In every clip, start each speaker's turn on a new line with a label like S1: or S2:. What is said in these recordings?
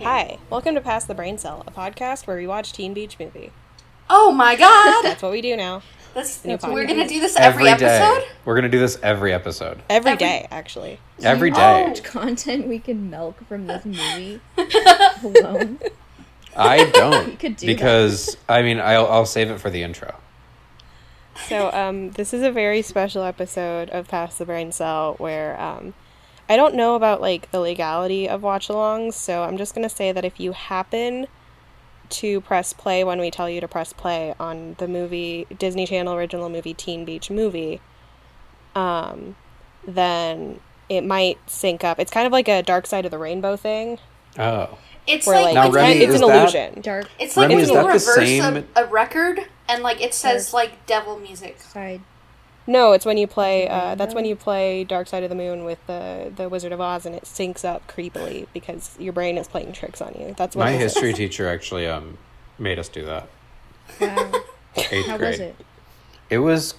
S1: Hi, welcome to Pass the Brain Cell, a podcast where we watch Teen Beach Movie.
S2: Oh my god!
S1: That's what we do now.
S2: That's,
S1: New podcast.
S2: we're gonna do this every,
S3: day.
S2: episode.
S3: We're gonna do this every episode.
S1: Every
S2: Every-
S1: day, actually.
S3: Every
S2: Oh.
S3: day.
S4: content we can milk from this movie alone.
S3: I
S4: You
S3: don't
S4: could do that.
S3: because I mean I'll, I'll save it for the intro.
S1: So, um, this is a very special episode of Pass the Brain Cell where um, I don't know about like the legality of watch alongs, so I'm just going to say that if you happen to press play when we tell you to press play on the movie Disney Channel original movie Teen Beach Movie, um, then it might sync up. It's kind of like a Dark Side of the Rainbow thing.
S3: Oh,
S2: It's
S1: Where like,
S2: like,
S3: Now,
S1: it's,
S2: it's,
S3: Remy,
S1: kind- it's
S3: is
S1: an
S3: that-
S1: illusion.
S4: Dark
S2: it's like
S3: Remy,
S2: if
S3: is
S2: you
S3: that the
S2: reverse a,
S3: same-
S2: a record and like it says like devil music.
S4: side.
S1: No, it's when you play. Uh, that's when you play Dark Side of the Moon with the the Wizard of Oz, and it syncs up creepily because your brain is playing tricks on you. That's what
S3: my
S1: this is.
S3: history teacher actually um made us do that.
S4: Wow.
S3: Eighth
S4: How
S3: grade.
S4: was it?
S3: It was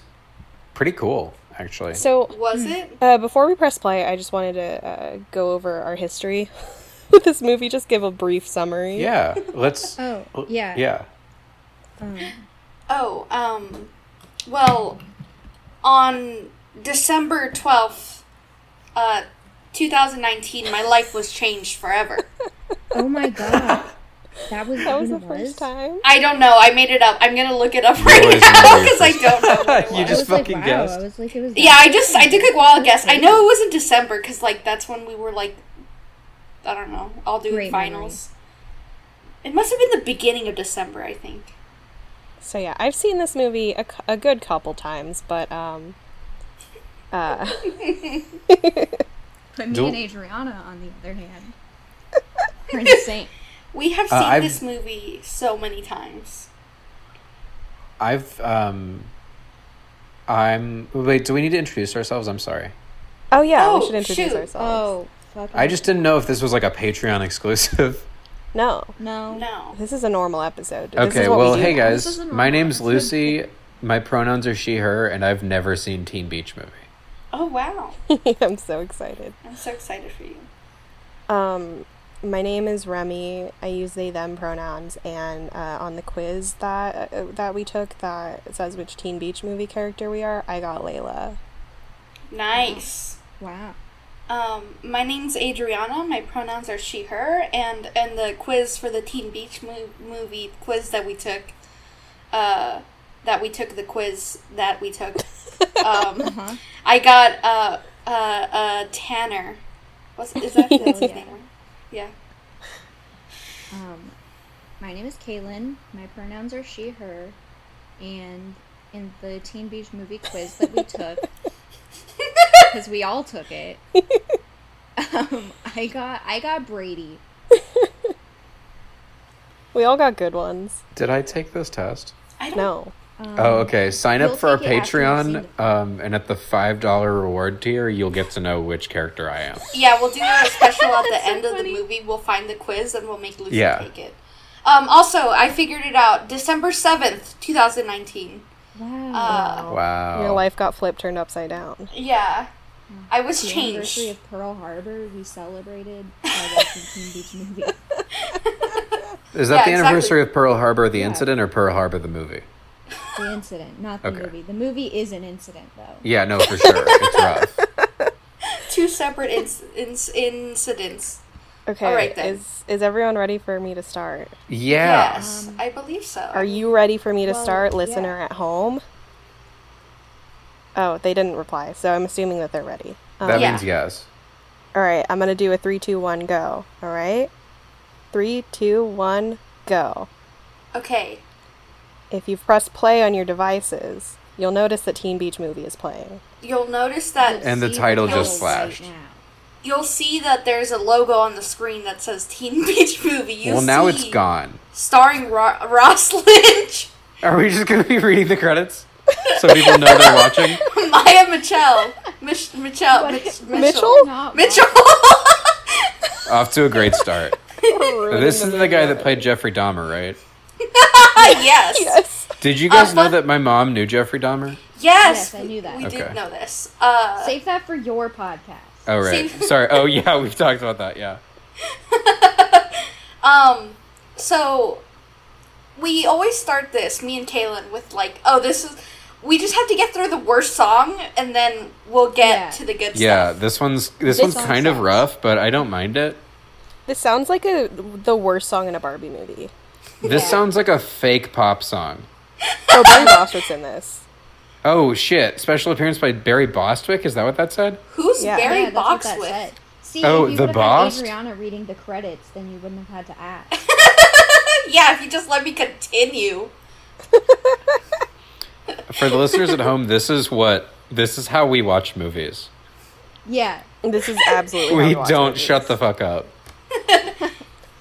S3: pretty cool actually.
S1: So
S2: Was it?
S1: uh, before we press play, I just wanted to uh, go over our history with this movie. Just give a brief summary.
S3: yeah, let's.
S4: Oh,
S3: l-
S4: yeah.
S3: Yeah.
S2: Oh, um, well, on December twelfth, uh, two thousand nineteen, my life was changed forever.
S4: Oh my god. That was
S1: that was the
S4: when it was?
S1: first time.
S2: I don't know. I made it up. I'm gonna look it up right
S3: always
S2: now
S3: remember
S2: because
S3: your
S2: I don't know. What it
S3: You
S2: was.
S4: I
S3: just-
S4: was like,
S3: fucking
S4: wow.
S3: guessed.
S4: I was like, it was.
S2: Yeah,
S4: that-
S2: I just I took a wild guess. I know it was in December because like that's when we were like, I don't know, all doing
S4: Great
S2: finals. It must have been the beginning of December, I think.
S1: So yeah, I've seen this movie a, cou- a good couple times, but um, uh,
S4: Put me
S3: Don't-
S4: and Adriana, on the other hand, we're insane.
S2: We have
S3: Uh,
S2: seen
S3: I've-
S2: this movie so many times.
S3: I've um. I'm wait. Do we need to introduce ourselves? I'm sorry.
S1: oh yeah, we
S2: Oh,
S1: should introduce
S2: shoot.
S1: ourselves.
S4: Oh, fuck.
S3: I just didn't know if this was like a Patreon exclusive.
S1: No,
S4: no.
S2: No,
S1: this is a normal episode. This
S3: Okay,
S1: is what we
S3: well,
S1: do
S3: hey
S1: now.
S3: guys,
S4: This is a
S3: my
S4: normal
S3: name's
S4: episode.
S3: Lucy. My pronouns are she/her, and I've never seen Teen Beach Movie.
S2: oh wow,
S1: I'm so excited.
S2: I'm so excited for you.
S1: Um, my name is Remy. I use they them pronouns, and uh, on the quiz that uh, that we took that says which Teen Beach movie character we are, I got Layla.
S2: Nice.
S4: Wow.
S2: Um, my name's Adriana. My pronouns are she/her, and and the quiz for the Teen Beach mo- movie quiz that we took, uh, that we took the quiz that we took. Um,
S4: Uh-huh.
S2: I got uh, uh, uh, Tanner. What's is that that's his
S4: Oh, Yeah.
S2: name? right? Yeah.
S4: Um, my name is Kaylin. My pronouns are she, her. And in the Teen Beach movie quiz that we took, because we all took it, um, I got I got Brady.
S1: We all got good ones.
S3: Did I take this test?
S2: I don't.
S1: No,
S4: Um,
S3: Oh, okay. Sign up
S4: you'll
S3: for our
S4: take it after you've seen
S3: Patreon, um, and at the five dollar reward tier, you'll get to know which character I am.
S2: Yeah, we'll do a special at the
S4: That's so
S2: end of
S4: funny.
S2: the movie. We'll find the quiz and we'll make Lucy
S3: Yeah.
S2: take it. Um, also, I figured it out. December seventh, two thousand nineteen.
S4: Wow.
S2: Uh,
S3: Wow.
S1: your life got flipped, turned upside down.
S2: yeah, I was
S4: Mm. the
S2: changed.
S4: anniversary of Pearl Harbor, we celebrated by watching Teen Beach movie.
S3: Is that the
S2: yeah,
S3: anniversary of Pearl Harbor, the incident, or Pearl Harbor the movie?
S4: The incident, not the
S3: Okay.
S4: movie. The movie is an incident, though.
S3: Yeah, no, for sure. it's rough.
S2: two separate inc- inc- incidents.
S1: Okay,
S2: All right, then.
S1: is is everyone ready for me to start?
S3: Yeah.
S2: Yes, I believe so.
S1: Are you ready for me to
S4: Well,
S1: start,
S4: yeah.
S1: listener at home? Oh, they didn't reply, so I'm assuming that they're ready. Um,
S3: That
S2: Yeah.
S3: means yes.
S1: All right, I'm gonna do a three, two, one, go. All right, three, two, one, go.
S2: okay?
S1: If you press play on your devices, you'll notice that Teen Beach Movie is playing.
S2: You'll notice that
S3: And the
S4: See
S3: title
S2: just
S4: right
S3: flashed.
S4: now.
S2: you'll see that there's a logo on the screen that says Teen Beach Movie. you
S3: well, now it's
S2: see
S3: gone.
S2: Starring Ro- Ross Lynch,
S3: Are we just going to be reading the credits so people know they're watching?
S2: Maya Mitchell, Mich- Mitchell, Mitch-
S1: Mitchell?
S4: Not
S2: Mitchell.
S3: Off to a great start. This is the guy that played Jeffrey Dahmer, right?
S2: Ah, yes. yes,
S1: Yes.
S3: Did you guys
S2: Uh,
S3: know that my mom knew Jeffrey Dahmer?
S4: Yes, I knew that.
S2: We did
S3: Okay.
S2: know this. Uh,
S4: Save that for your podcast.
S3: Oh right.
S2: See-
S3: Sorry. Oh yeah, we've talked about that. Yeah.
S2: Um, so we always start this, me and Kaylin, with like, oh, this is. We just have to get through the worst song, and then we'll get
S4: Yeah.
S2: to the good
S3: Yeah,
S2: stuff.
S3: this one's this,
S1: This
S3: one's
S1: song
S3: kind of
S1: sucks.
S3: rough, but I don't mind it.
S1: This sounds like a the worst song in a Barbie movie.
S3: This
S4: Yeah.
S3: sounds like a fake pop song.
S1: Oh, Barry Bostwick's in this.
S3: Oh shit! Special appearance by Barry Bostwick. Is that what that said?
S2: Who's
S1: Yeah.
S2: Barry
S4: yeah, that's what
S2: Box
S4: that
S2: with?
S4: said. See,
S3: Oh,
S4: if you
S3: the
S4: would've had
S3: boss?
S4: Adriana reading the credits, then you wouldn't have had to ask.
S2: yeah, if you just let me continue.
S3: For the listeners at home, this is what this is how we watch movies.
S4: Yeah,
S1: This is absolutely. how
S3: We
S1: watch
S3: don't
S1: movies.
S3: shut the fuck up.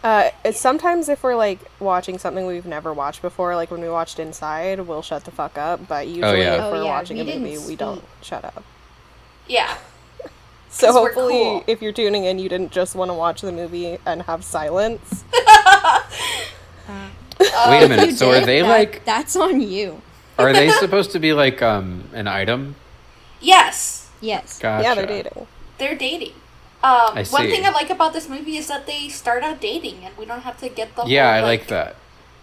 S1: Uh, it's sometimes if we're like watching something we've never watched before, like when we watched Inside, we'll shut the fuck up. But usually,
S3: yeah.
S1: if
S4: Oh,
S1: we're
S4: yeah,
S1: watching
S4: we
S1: a movie,
S4: didn't
S1: we don't
S4: speak.
S1: shut up.
S2: Yeah.
S1: So
S2: 'Cause we're
S1: hopefully,
S2: cool.
S1: if you're tuning in, you didn't just want to watch the movie and have silence.
S3: Wait a
S4: you
S3: minute. So are
S4: did,
S3: they
S4: that-
S3: like?
S4: that's on you.
S3: Are they supposed to be like um an item?
S2: Yes,
S4: Yes.
S3: Gotcha.
S1: Yeah, they're dating.
S2: they're dating. Um,
S3: I
S2: One
S3: see.
S2: thing I like about this movie is that they start out dating, and we don't have to get the
S3: Yeah,
S2: whole,
S1: Oh,
S3: I like that.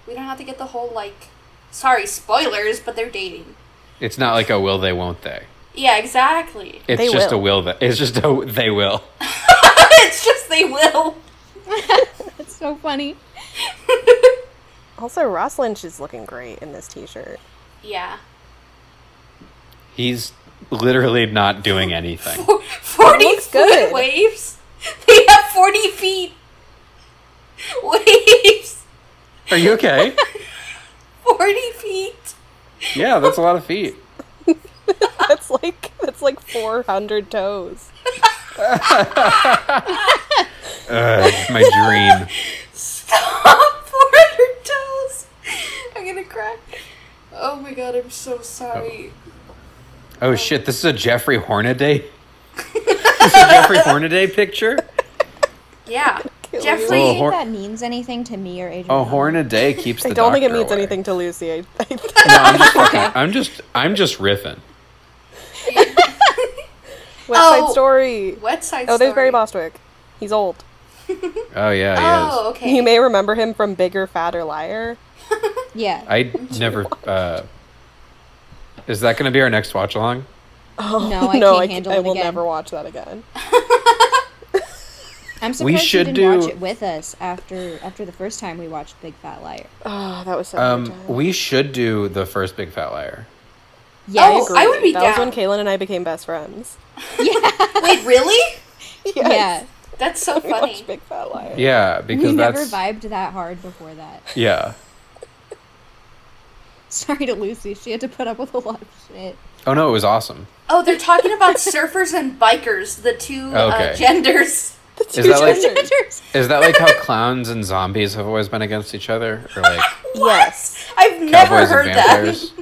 S2: We don't have to get the whole like, sorry, spoilers, but they're dating.
S3: It's not like a will they won't they.
S2: Yeah, exactly.
S3: It's
S1: They
S3: just
S1: will.
S3: a will that it's just a they will.
S2: it's just they will.
S4: That's so funny.
S1: Also, Ross Lynch is looking great in this T-shirt.
S2: Yeah.
S3: He's literally not doing anything.
S2: Fo- Forty
S1: Looks
S2: foot
S1: good.
S2: waves. They have forty feet. Waves.
S3: Are you okay?
S2: Forty feet.
S3: Yeah, that's a lot of feet.
S1: that's like that's like 400 toes.
S3: Ugh, my dream.
S2: Stop! Four hundred toes. I'm gonna cry. Oh my god, I'm so sorry.
S3: Oh shit, this is a Jeffrey Hornaday. this is a Jeffrey Hornaday picture.
S2: Yeah,
S1: Kill
S2: Jeffrey.
S4: Do you
S3: Oh,
S4: think
S3: hor-
S4: that means anything to me or Adriana?
S3: Oh, Hornaday keeps the
S1: I don't think it
S3: doctor
S1: means
S3: away.
S1: anything to Lucy. I, I think
S3: No, I'm just fucking, I'm just I'm just riffing.
S1: West Side
S2: Oh.
S1: Story.
S2: West Side
S1: Oh, there's Barry
S2: Story.
S1: Bostwick. He's old.
S3: Oh yeah, he
S2: Oh,
S3: is.
S2: okay.
S1: You may remember him from Bigger, Fatter Liar.
S4: Yeah.
S3: I never uh Is that gonna be our next watch along?
S1: Oh,
S4: No, I can't
S1: c-
S4: handle
S1: I
S4: it
S1: will
S4: again.
S1: never watch that again.
S4: I'm surprised
S3: should
S4: you didn't
S3: do-
S4: watch it with us after after the first time we watched Big Fat Liar.
S1: Oh, that was so
S3: Um
S1: much.
S3: we should do the first big fat liar.
S4: Yes.
S2: I would be
S1: that
S2: down.
S1: was when Kaylin and I became best friends.
S4: yeah.
S2: Wait, really?
S1: Yes.
S4: yeah.
S2: That's so
S1: We
S2: funny.
S1: watched Big Fat Liar.
S3: Yeah, because
S4: We never
S3: that's
S4: vibed that hard before that.
S3: yeah.
S4: Sorry to Lucy. She had to put up with a lot of shit.
S3: Oh no, it was awesome.
S2: Oh, they're talking about surfers and bikers, the two
S3: Okay.
S2: uh, genders.
S1: The two
S3: that like-
S1: genders.
S3: Is that like how clowns and zombies have always been against each other, or like
S1: Yes.
S2: I've never
S3: cowboys
S2: heard
S3: and
S2: that.
S3: vampires,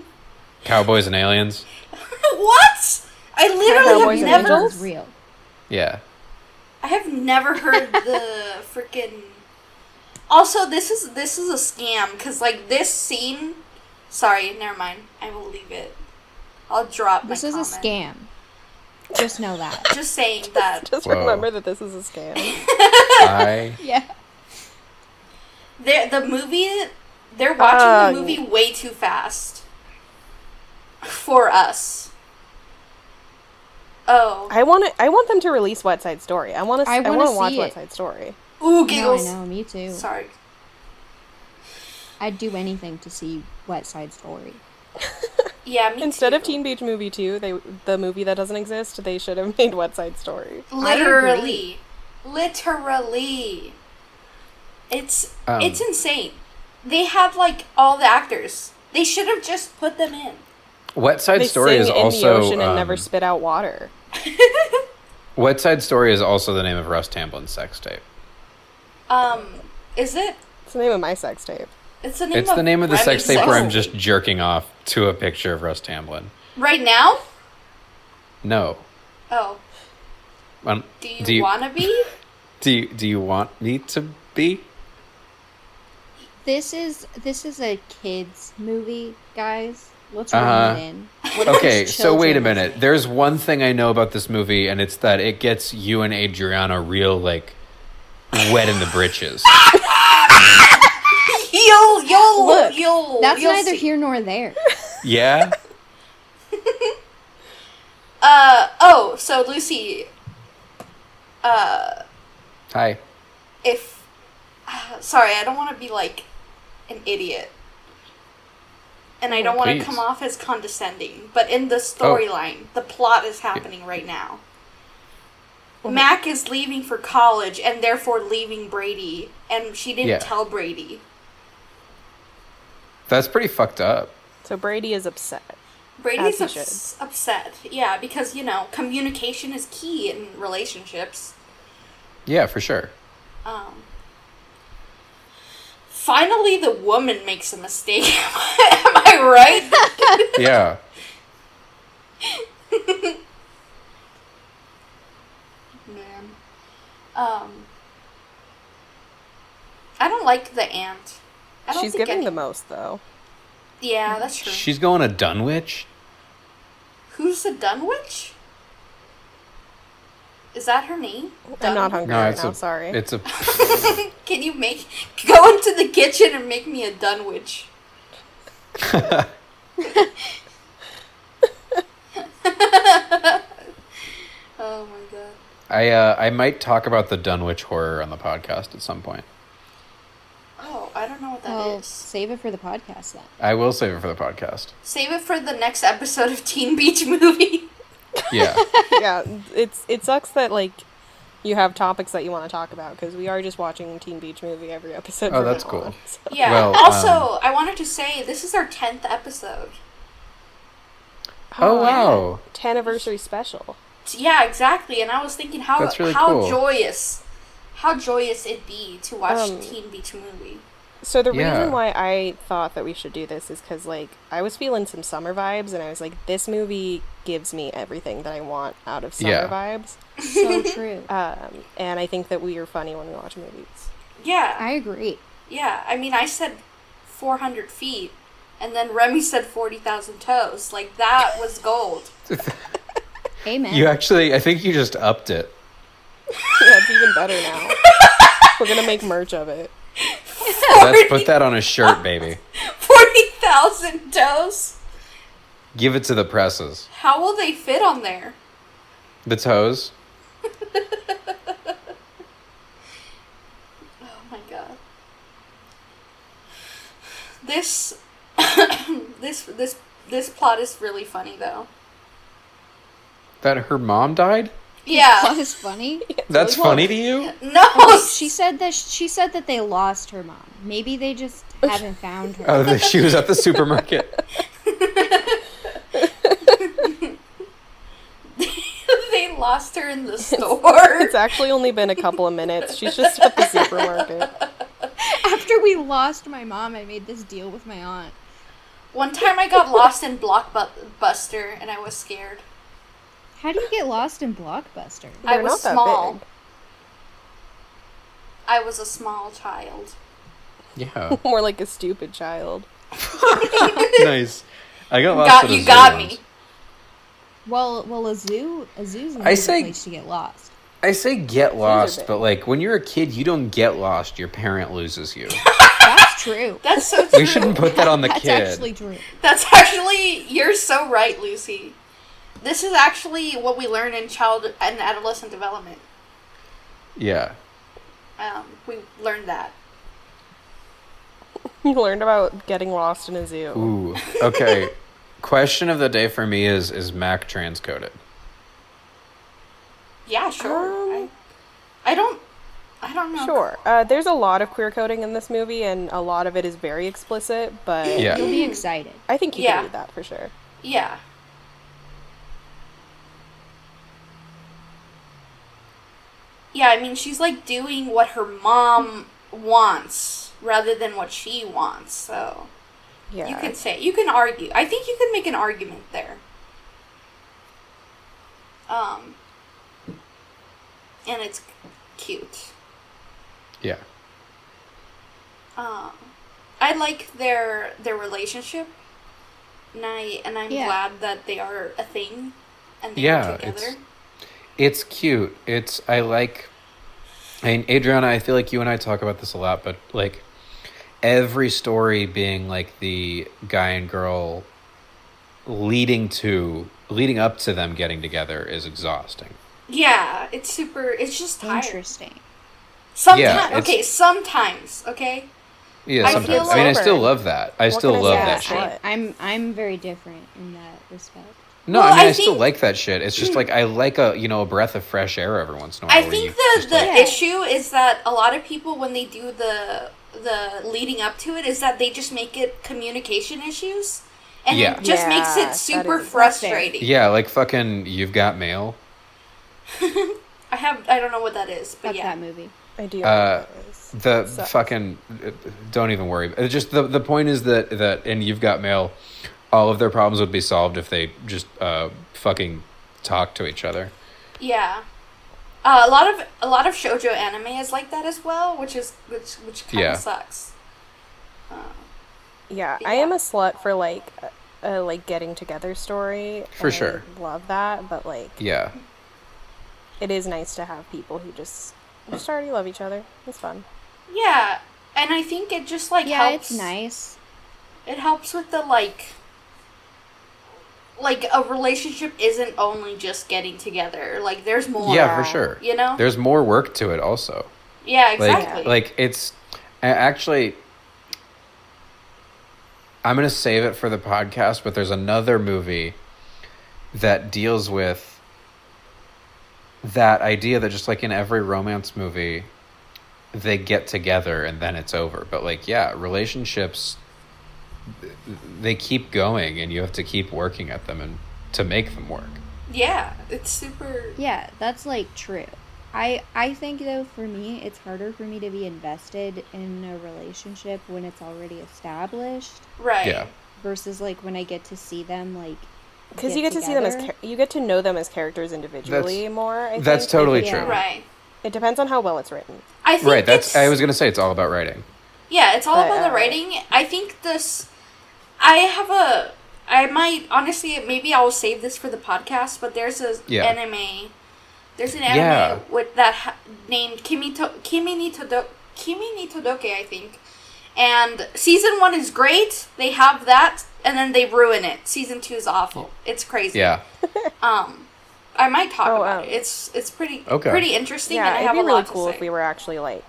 S3: cowboys and aliens?
S2: what? I literally
S1: Cowboys
S2: have
S1: and
S2: never.
S1: angels?
S4: It's real.
S3: Yeah,
S2: I have never heard the freaking. Also, this is this is a scam because like this scene. Sorry, never mind. I will leave it. I'll drop.
S4: This
S2: my
S4: is a
S2: comment.
S4: scam. Just know that.
S2: Just saying that
S1: Just
S3: Whoa.
S1: remember that this is a scam.
S3: I
S4: Yeah.
S2: they the movie they're watching
S1: Ah,
S2: the movie way too fast for us. Oh,
S1: I want to. I want them to release West Side Story. I want to.
S4: I
S1: I want
S4: wanna
S1: to
S4: see
S1: watch
S4: it.
S1: West Side Story.
S2: ooh
S4: No, I
S2: giggles.
S4: know. Me too.
S2: Sorry.
S4: I'd do anything to see West Side Story.
S2: Yeah, me
S1: Instead of
S2: too.
S1: Teen Beach Movie Two, they the movie that doesn't exist, they should have made West Side Story.
S2: literally, literally, it's
S3: Um,
S2: it's insane. They have like all the actors. They should have just put them in.
S3: Wet Side
S1: They
S3: Story
S1: sing
S3: is
S1: in
S3: also
S1: the ocean and
S3: um,
S1: never spit out water.
S3: Wet Side Story is also the name of Russ Tamblin's sex tape.
S2: Um, is it?
S1: It's the name of my sex tape.
S2: It's the name.
S3: It's the name of the
S2: Remy
S3: sex tape where I'm
S2: Sexton.
S3: just jerking off to a picture of Russ Tamblin.
S2: right now.
S3: No,
S2: Oh,
S3: um,
S2: do you, wanna be?
S3: do you, do you want me to be?
S4: This is this is a kids movie, guys. Let's
S3: Uh-huh.
S4: rein it in. What if
S3: Okay,
S4: there's
S3: so wait a
S4: children
S3: minute.
S4: listening?
S3: There's one thing I know about this movie, and it's that it gets you and Adriana real like wet in the britches.
S2: you'll you'll
S1: Look,
S2: you'll
S4: That's
S2: you'll
S4: neither
S2: see.
S4: here nor there.
S3: Yeah.
S2: Uh oh, so Lucy, uh,
S3: Hi.
S2: if sorry, I don't want to be like an idiot, and I don't want to
S3: Oh, Please. Oh.
S2: come off as condescending. But in the storyline, the plot is happening right now. Mac is leaving for college and therefore leaving Brady, and she didn't
S3: Yeah.
S2: tell Brady.
S3: That's pretty fucked up.
S1: So Brady is upset.
S2: Brady's
S1: As he
S2: ups- upset, yeah, because you know communication is key in relationships.
S3: Yeah, for sure.
S2: Um, finally, the woman makes a mistake. Am I right?
S3: Yeah.
S2: Man. Um, I don't like the aunt. I don't
S1: She's
S2: think
S1: giving
S2: any-
S1: the most though.
S2: Yeah, that's true.
S3: She's going to Dunwich.
S2: Who's the Dunwich? Is that her name?
S1: I'm Uh, not
S2: Dun-
S1: hungry
S3: No,
S1: right
S3: it's
S1: now.
S3: a.
S1: sorry.
S3: It's a.
S2: Can you make go into the kitchen and make me a Dunwich? Oh my god.
S3: I uh, I might talk about the Dunwich horror on the podcast at some point.
S2: Oh, I don't know what that is.
S4: Well, save it for the podcast then.
S3: I will save it for the podcast.
S2: Save it for the next episode of Teen Beach Movie.
S3: Yeah.
S1: yeah, it's it sucks that like you have topics that you want to talk about because we are just watching Teen Beach Movie every episode.
S3: Oh,
S1: from
S3: that's
S1: now
S3: cool.
S1: on, so-
S2: Yeah.
S3: Well,
S2: also,
S3: um,
S2: I wanted to say this is our tenth episode.
S3: oh wow.
S1: 10 anniversary special.
S2: Yeah, exactly. And I was thinking how
S3: That's really
S2: how
S3: cool.
S2: joyous, how joyous it'd be to watch
S1: Um,
S2: Teen Beach Movie.
S1: So the
S3: Yeah.
S1: reason why I thought that we should do this is because like I was feeling some summer vibes, and I was like, this movie gives me everything that I want out of summer
S3: Yeah.
S1: vibes.
S4: So true.
S2: Uh,
S1: Um, and I think that we are funny when we watch movies.
S2: Yeah,
S4: I agree.
S2: yeah. I mean, I said four hundred feet, and then Remy said forty thousand toes. Like that was gold.
S4: Amen.
S3: You actually, I think you just upped it.
S1: yeah, it's even better now. We're gonna make merch of it.
S3: Let's put that on a shirt, baby.
S2: Forty thousand toes.
S3: Give it to the presses.
S2: How will they fit on there?
S3: The toes.
S2: Oh my god. This this this this plot is really funny though.
S3: That her mom died.
S2: Yeah.
S4: That was funny.
S3: That's funny to you.
S2: No.
S4: She said that she said that they lost her mom. Maybe they just haven't found her.
S3: Oh, that she was at the supermarket.
S2: they lost her in the store.
S1: It's actually only been a couple of minutes. She's just at the supermarket.
S4: After we lost my mom, I made this deal with my aunt.
S2: One time I got lost in Blockbuster and I was scared.
S4: How do you get lost in Blockbuster?
S2: I
S1: They're
S2: was
S1: not that
S2: small.
S1: big.
S2: I was a small child.
S3: Yeah.
S1: More like a stupid child.
S3: nice. I got lost.
S2: got
S3: at a
S2: you
S3: zoo
S2: got
S3: once.
S2: me.
S4: Well, well, a zoo, a zoo's
S3: I
S4: another
S3: say-
S4: place to get lost.
S3: I say get lost,
S1: big.
S3: but like when you're a kid, you don't get lost. Your parent loses you.
S4: That's true.
S2: That's so
S3: we
S2: true.
S3: shouldn't put that on the
S4: That's
S3: kid.
S4: actually true.
S2: That's actually you're so right, Lucy. This is actually what we learn in child and adolescent development.
S3: Yeah.
S2: Um, we learned that.
S1: You learned about getting lost in a zoo.
S3: Ooh. Okay. Question of the day for me is: Is Mac transcoded?
S2: Yeah, sure.
S1: Um,
S2: I, I don't. I don't know.
S1: Sure. Uh, there's a lot of queer coding in this movie, and a lot of it is very explicit, but
S3: Yeah.
S4: You'll be excited.
S1: I think you
S2: Yeah.
S1: can read that for sure.
S2: Yeah. Yeah, I mean, she's like doing what her mom wants rather than what she wants. So
S1: Yeah.
S2: you could say you can argue. I think you can make an argument there. Um, and it's cute.
S3: Yeah.
S2: um, I like their their relationship, and I and I'm
S4: Yeah.
S2: glad that they are a thing, and they're
S3: Yeah,
S2: together.
S3: it's- It's cute. It's I like. And Adriana, I feel like you and I talk about this a lot, but like, every story being like the guy and girl leading to leading up to them getting together is exhausting.
S2: Yeah, it's super. It's just tired.
S4: Interesting.
S2: Sometimes,
S3: it's-
S2: okay, sometimes, okay.
S3: Yeah,
S2: I feel
S3: sometimes. I mean, I
S1: sober.
S3: still love that. I
S1: What
S3: still
S1: can I
S3: love
S1: say?
S3: that
S1: Yeah,
S3: shit.
S1: What?
S4: I, am I'm very different in that respect.
S3: No,
S2: Well,
S3: I mean,
S2: I
S3: I, still
S2: think-
S3: like that shit. It's just like I like a you know a breath of fresh air every once in a while.
S2: I
S3: where
S2: think
S3: you
S2: the
S3: just,
S2: the
S3: like-
S4: like-
S2: issue is that a lot of people when they do the the leading up to it is that they just make it communication issues, and
S3: Yeah.
S2: it just
S1: Yeah,
S2: makes
S1: that
S2: it
S1: is
S2: super
S1: exhausting.
S2: frustrating.
S3: yeah, like fucking, you've got mail.
S2: I have I don't know what that is, but
S4: Fuck
S2: yeah,
S4: that movie.
S1: I do.
S3: Uh,
S1: like those.
S3: The
S1: Sucks.
S3: fucking don't even worry. It Just the the point is that that and you've got mail. All of their problems would be solved if they just uh, fucking talk to each other.
S2: yeah. Uh, a lot of a lot of shojo anime is like that as well, which is which which kind of
S3: Yeah.
S2: sucks. Uh,
S1: yeah,
S2: but
S1: I
S2: yeah.
S1: am a slut for like a, a like getting together story.
S3: For
S1: and I
S3: sure.
S1: love that, but like
S3: Yeah,
S1: it is nice to have people who just just already love each other. It's fun.
S2: yeah, and I think it just like
S4: yeah,
S2: helps.
S4: it's nice.
S2: It helps with the like like a relationship isn't only just getting together. Like there's more.
S3: yeah,
S1: Yeah.
S3: for sure.
S2: You know?
S3: There's more work to it also.
S2: yeah,
S3: like
S2: exactly.
S3: like it's a- actually i'm gonna save it for the podcast but there's another movie that deals with that idea that just like in every romance movie they get together and then it's over but like yeah relationships they keep going and you have to keep working at them and to make them work
S2: yeah, it's super
S4: Yeah, that's like true. I I think though for me it's harder for me to be invested in a relationship when it's already established
S2: right.
S3: yeah
S4: versus like when I get to see them like
S1: Because
S4: get
S1: you get to see them as
S4: together.
S1: char- you get to know them as characters individually more. I
S3: that's
S1: think.
S3: totally
S4: Yeah.
S3: true
S2: Right.
S1: It depends on how well it's written.
S2: I think
S3: right that's
S2: it's-
S3: i was gonna say it's all about writing
S2: Yeah, it's all
S1: But,
S2: about the
S1: uh,
S2: writing. I think this. I have a. I might honestly maybe I'll save this for the podcast, but there's a
S3: Yeah.
S2: anime. There's an anime
S3: Yeah.
S2: with that ha- named Kimi to Kimi ni Todo- Kimi ni Todoke, I think. And season one is great. They have that, and then they ruin it. Season two is awful. It's crazy.
S3: Oh. yeah
S2: Um, I might talk
S1: Oh,
S2: about
S1: wow.
S2: it. It's it's pretty
S3: Okay.
S2: pretty interesting,
S1: yeah,
S2: and I
S1: it'd
S2: have
S1: be
S2: a
S1: really
S2: lot
S1: cool
S2: to say.
S1: if we were actually like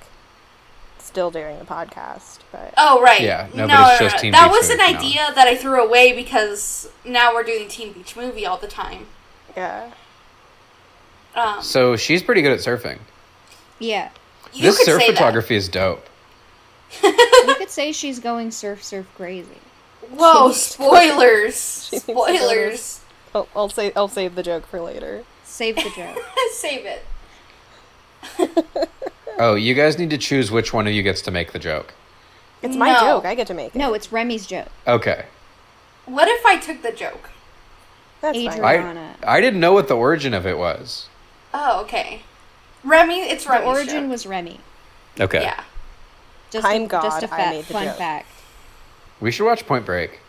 S1: still doing the podcast. But
S2: Oh right.
S3: Yeah, no,
S2: No,
S3: but
S2: no,
S3: it's
S2: no,
S3: just
S2: no.
S3: Teen
S2: That
S3: Beach
S2: was an
S3: Movie now.
S2: idea that I threw away because now we're doing Teen Beach Movie all the time.
S1: yeah,
S2: Um,
S3: So she's pretty good at surfing.
S4: Yeah.
S2: you
S3: this
S2: could
S3: surf
S2: say
S3: photography is dope.
S4: you could say she's going surf surf crazy.
S2: That. Whoa!
S1: She's-
S2: Spoilers!
S1: needs to go to-
S2: spoilers!
S1: I'll, I'll say I'll save the joke for later.
S4: Save the joke.
S2: Save it.
S3: Oh, you guys need to choose which one of you gets to make the joke.
S1: It's my
S2: No.
S1: joke. I get to make it.
S4: No, it's Remy's joke.
S3: Okay.
S2: What if I took the joke?
S1: That's
S4: Adrian.
S1: fine.
S3: I
S4: Rihanna.
S3: I didn't know what the origin of it was.
S2: Oh, okay. Remy, it's
S4: The
S2: Remy.
S4: origin was Remy.
S3: Okay.
S2: Yeah.
S4: Just
S1: I'm
S4: a,
S1: God,
S4: Just a
S1: I
S4: fa-
S1: made the
S4: fun
S1: joke.
S4: fact.
S3: We should watch Point Break.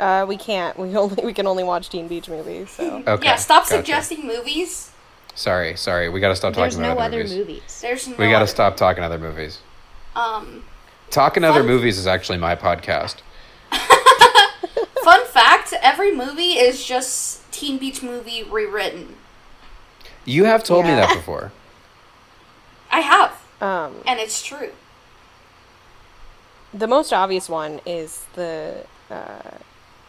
S1: Uh, we can't. We only we can only watch Teen Beach movies. So
S3: Okay.
S2: yeah. Stop
S3: gotcha.
S2: suggesting movies.
S3: Sorry, sorry. We got to stop talking
S4: There's
S3: about
S4: no
S3: other
S4: other
S3: movies.
S4: movies.
S2: There's no.
S3: We got to
S2: other-
S3: stop talking other movies.
S2: Um,
S3: Talking other
S2: Fun-
S3: movies is actually my podcast.
S2: fun fact: every movie is just Teen Beach Movie rewritten.
S3: You have told me
S1: Yeah.
S3: that before.
S2: I have,
S1: um,
S2: and it's true.
S1: the most obvious one is the uh,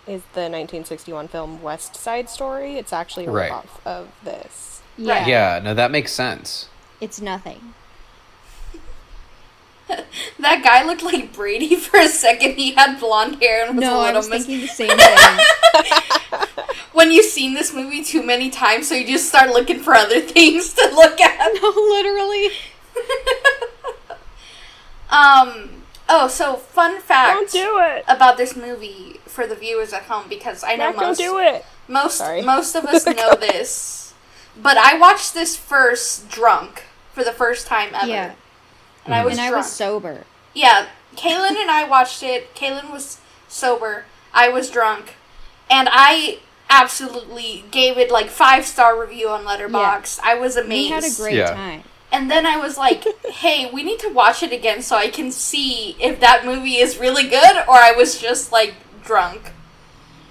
S1: is the 1961 film West Side Story. It's actually a
S3: Right.
S1: ripoff of this.
S4: Yeah.
S3: Yeah, no, that makes sense.
S4: It's nothing.
S2: That guy looked like Brady for a second. He had blonde hair and was
S4: No,
S2: a
S4: I
S2: little
S4: was
S2: mis-
S4: thinking the same thing.
S2: When you've seen this movie too many times, so you just start looking for other things to look at.
S4: no, literally.
S2: Um. Oh, so fun fact
S1: it.
S2: about this movie for the viewers at home because I know
S1: Mac,
S2: most
S1: it.
S2: most
S1: Sorry.
S2: most of us know this, but I watched this first drunk for the first time ever,
S4: Yeah.
S2: and I was
S4: and I
S2: drunk.
S4: was sober.
S2: Yeah, Kaylin and I watched it. Kaylin was sober. I was drunk, and I absolutely gave it like five star review on Letterboxd. I was amazed.
S4: We had a great
S3: Yeah.
S4: time.
S2: And then I was like, hey, we need to watch it again so I can see if that movie is really good or I was just like drunk.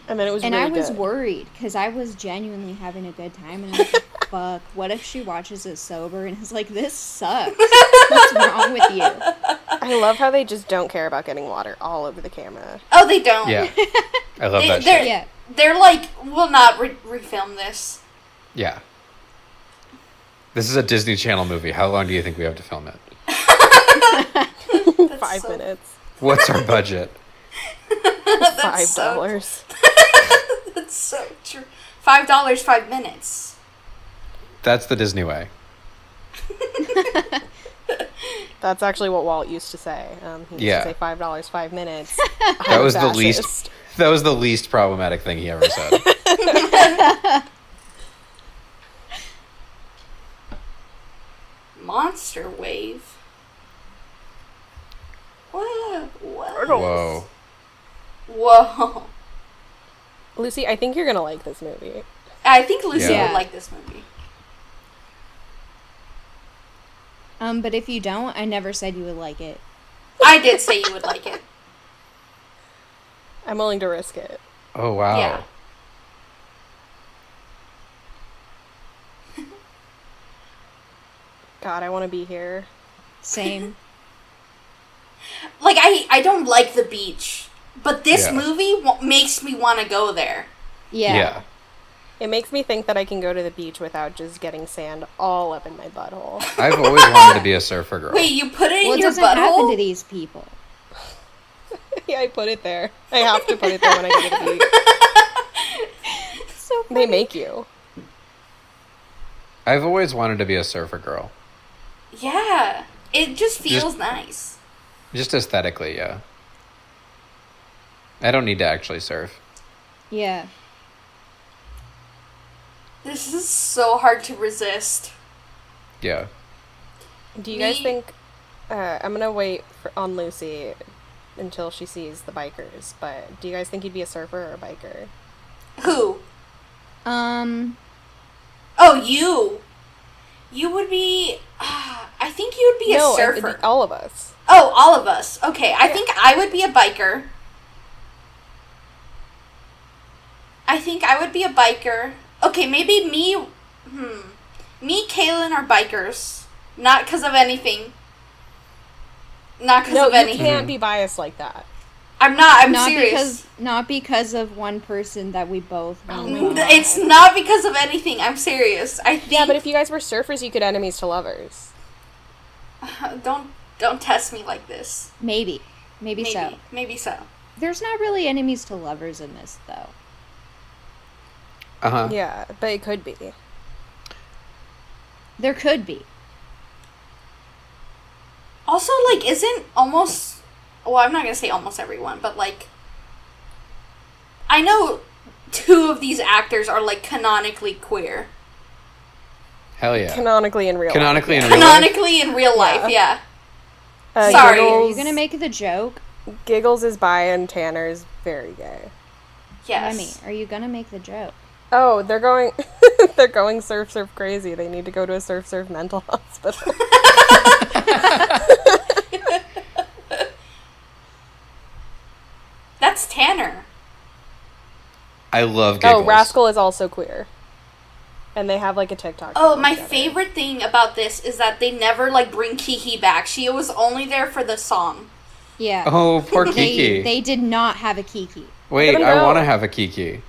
S1: And then it was
S4: and
S1: really
S4: I was
S1: good.
S4: worried because I was genuinely having a good time, and I was like, "Fuck! What if she watches it sober and is like, this sucks? What's wrong with you?"
S1: I love how they just don't care about getting water all over the camera.
S2: Oh, they don't.
S3: Yeah. I love
S2: They,
S3: that
S2: they're,
S3: shit.
S4: Yeah.
S2: they're like, we'll not re- refilm this.
S3: Yeah. This is a Disney Channel movie. How long do you think we have to film it?
S2: That's
S1: Five
S2: so-
S1: minutes,
S3: What's our budget?
S2: that's
S1: five
S2: so-
S1: dollars.
S2: that's so true. Five dollars, five minutes.
S3: That's the Disney way.
S1: That's actually what Walt used to say. Um, he used
S3: Yeah.
S1: to say five dollars, five minutes.
S3: That
S1: I'm a
S3: was the
S1: fascist.
S3: least. That was the least problematic thing he ever said.
S2: Monster wave. Whoa! Whoa!
S3: Whoa.
S2: Whoa!
S1: Lucy, I think you're gonna like this movie.
S2: I think Lucy
S3: Yeah.
S2: would like this movie.
S4: Um, but if you don't, I never said you would like it.
S2: I did say you would like it.
S1: I'm willing to risk it.
S3: Oh wow.
S2: Yeah.
S1: God, I want to be here.
S4: Same.
S2: Like I, I don't like the beach, but this
S3: Yeah.
S2: movie w- makes me want to go there.
S4: Yeah.
S3: Yeah.
S1: It makes me think that I can go to the beach without just getting sand all up in my butthole.
S3: I've always wanted to be a surfer girl.
S2: Wait, you put it
S4: Well,
S2: in
S4: it
S2: your
S4: doesn't happen to
S2: butthole?
S4: these people.
S1: yeah, I put it there. I have to put it there when I go to the beach.
S4: So
S1: They make you.
S3: I've always wanted to be a surfer girl.
S2: Yeah, it just feels nice.
S3: Just aesthetically, yeah. I don't need to actually surf.
S4: yeah.
S2: This is so hard to resist.
S3: Yeah.
S1: Do you guys
S2: Me-
S1: think? Uh, I'm gonna wait for, on Lucy until she sees the bikers. But do you guys think you'd be a surfer or a biker?
S2: Who?
S4: Um.
S2: Oh, you. You would be. ah, I think you would be a
S1: I- it'd
S2: surfer.
S1: be all of us.
S2: oh, all of us. Okay, I think I would be a biker. I think I would be a biker. Okay, maybe me. Hmm. Me, Kaylin are bikers. Not because of anything. Not because
S1: No,
S2: of
S1: you
S2: anything.
S1: can't be biased like that.
S2: I'm not. I'm
S4: not
S2: serious.
S4: because not because of one person that we both.
S2: N-
S4: want.
S2: It's not because of anything. I'm serious. I think.
S1: Yeah, but if you guys were surfers, you could enemies to lovers.
S2: don't don't test me like this.
S4: Maybe. Maybe.
S2: Maybe
S4: so.
S2: maybe so.
S4: There's not really enemies to lovers in this though.
S3: Uh huh.
S1: Yeah, but it could be.
S4: There could be.
S2: Also, like, isn't almost well, I'm not gonna say almost everyone, but like, I know two of these actors are like canonically queer,
S3: Hell yeah.
S1: Canonically in real. life.
S3: Canonically in real life.
S2: canonically in real life. Yeah,
S1: Uh,
S2: Sorry.
S1: Giggles,
S4: Are you gonna make the joke?
S1: Giggles is bi and Tanner's very gay.
S2: yes.
S4: Remy, are you gonna make the joke?
S1: Oh, they're going. they're going surf surf crazy. They need to go to a surf surf mental hospital. Oh,
S2: That's Tanner.
S3: I love giggles.
S1: oh, Rascal is also queer, and they have like a TikTok.
S2: Oh,
S1: group
S2: my
S1: together.
S2: favorite thing about this is that they never like bring Kiki back. She was only there for the song.
S4: Yeah.
S3: Oh, poor
S4: they,
S3: Kiki.
S4: they did not have a Kiki.
S3: Wait,
S1: Let 'em
S3: I
S1: go.
S3: want to have a Kiki.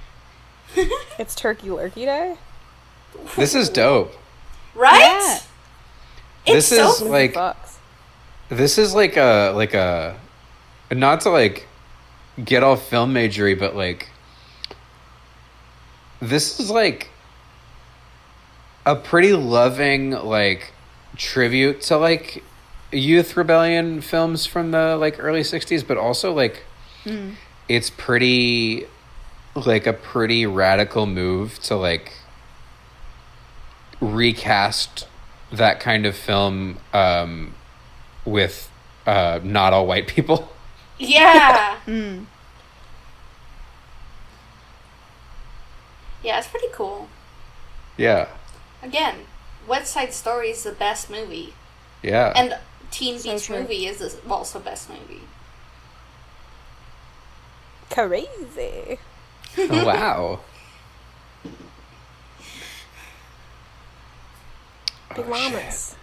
S1: It's Turkey Lurkey Day.
S3: This is dope.
S2: Right? It's
S3: this
S2: so
S3: is like
S1: Bucks.
S3: this is like a like a not to like get all film majory, but like this is like a pretty loving like tribute to like youth rebellion films from the like early 60s but also like it's pretty like a pretty radical move to like recast that kind of film um with uh not all white people
S2: Yeah.
S4: Mm.
S2: Yeah, it's pretty cool.
S3: yeah
S2: Again, West Side Story is the best movie,
S3: Yeah.
S2: and Teen
S1: So
S2: Beach
S1: true.
S2: Movie is the- also best movie.
S1: Crazy.
S3: wow.
S1: Big
S3: Oh, shit.
S1: mamas.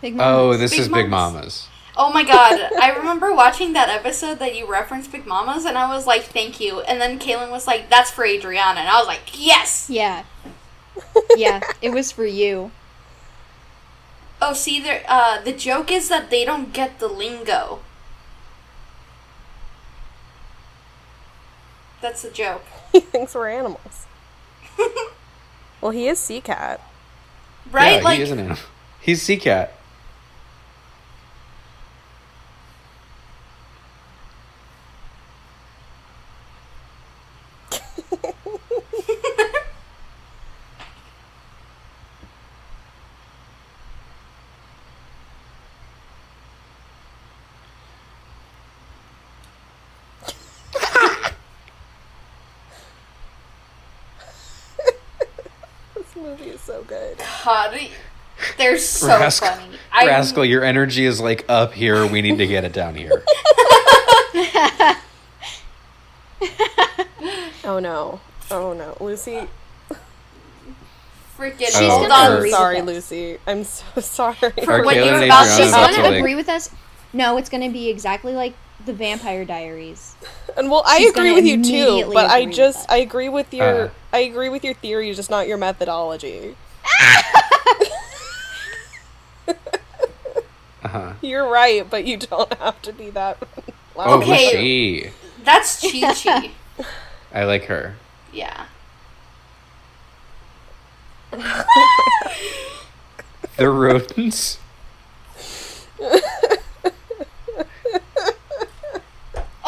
S4: Big
S3: Oh,
S4: Mama's.
S3: this
S2: Big
S3: is Big
S2: Mamas.
S3: Mama's.
S2: Oh my god, I remember watching that episode that you referenced Big Mamas, and I was like, thank you. And then Kaylin was like, that's for Adriana. And I was like, yes!
S4: Yeah. Yeah, it was for you.
S2: Oh, see, there, uh, the joke is that they don't get the lingo. That's the joke.
S1: He thinks we're animals. well, he is sea cat.
S2: Right?
S3: Yeah,
S2: like,
S3: he is an animal. He's Sea Cat.
S1: This movie is so good.
S2: God, they're so
S3: Rascal,
S2: funny. I,
S3: Rascal, your energy is like up here. We need to get it down here.
S1: Oh no. Oh no. Lucy.
S2: freaking
S3: Oh,
S2: hold
S3: gonna
S2: on.
S1: I'm
S3: agree
S1: sorry,
S4: with us.
S1: Lucy. I'm so sorry.
S2: For what
S3: Kaylin
S2: you're
S3: and
S2: about
S3: Adriana
S4: She's
S2: to
S3: have
S4: going
S3: to,
S4: to
S3: like-
S4: agree with us. No, it's going to be exactly like the Vampire Diaries.
S1: And well, I
S4: She's
S1: agree
S4: gonna
S1: with you too,
S4: immediately
S1: but I
S4: agree with
S1: just
S4: that.
S1: I agree with your
S3: Uh.
S1: I agree with your theory, just not your methodology.
S3: Uh-huh.
S1: You're right, but you don't have to be that.
S3: Oh,
S1: loud.
S2: Okay.
S3: was she?
S2: That's Chi Chi.
S3: I like her.
S2: yeah.
S3: They're rodents.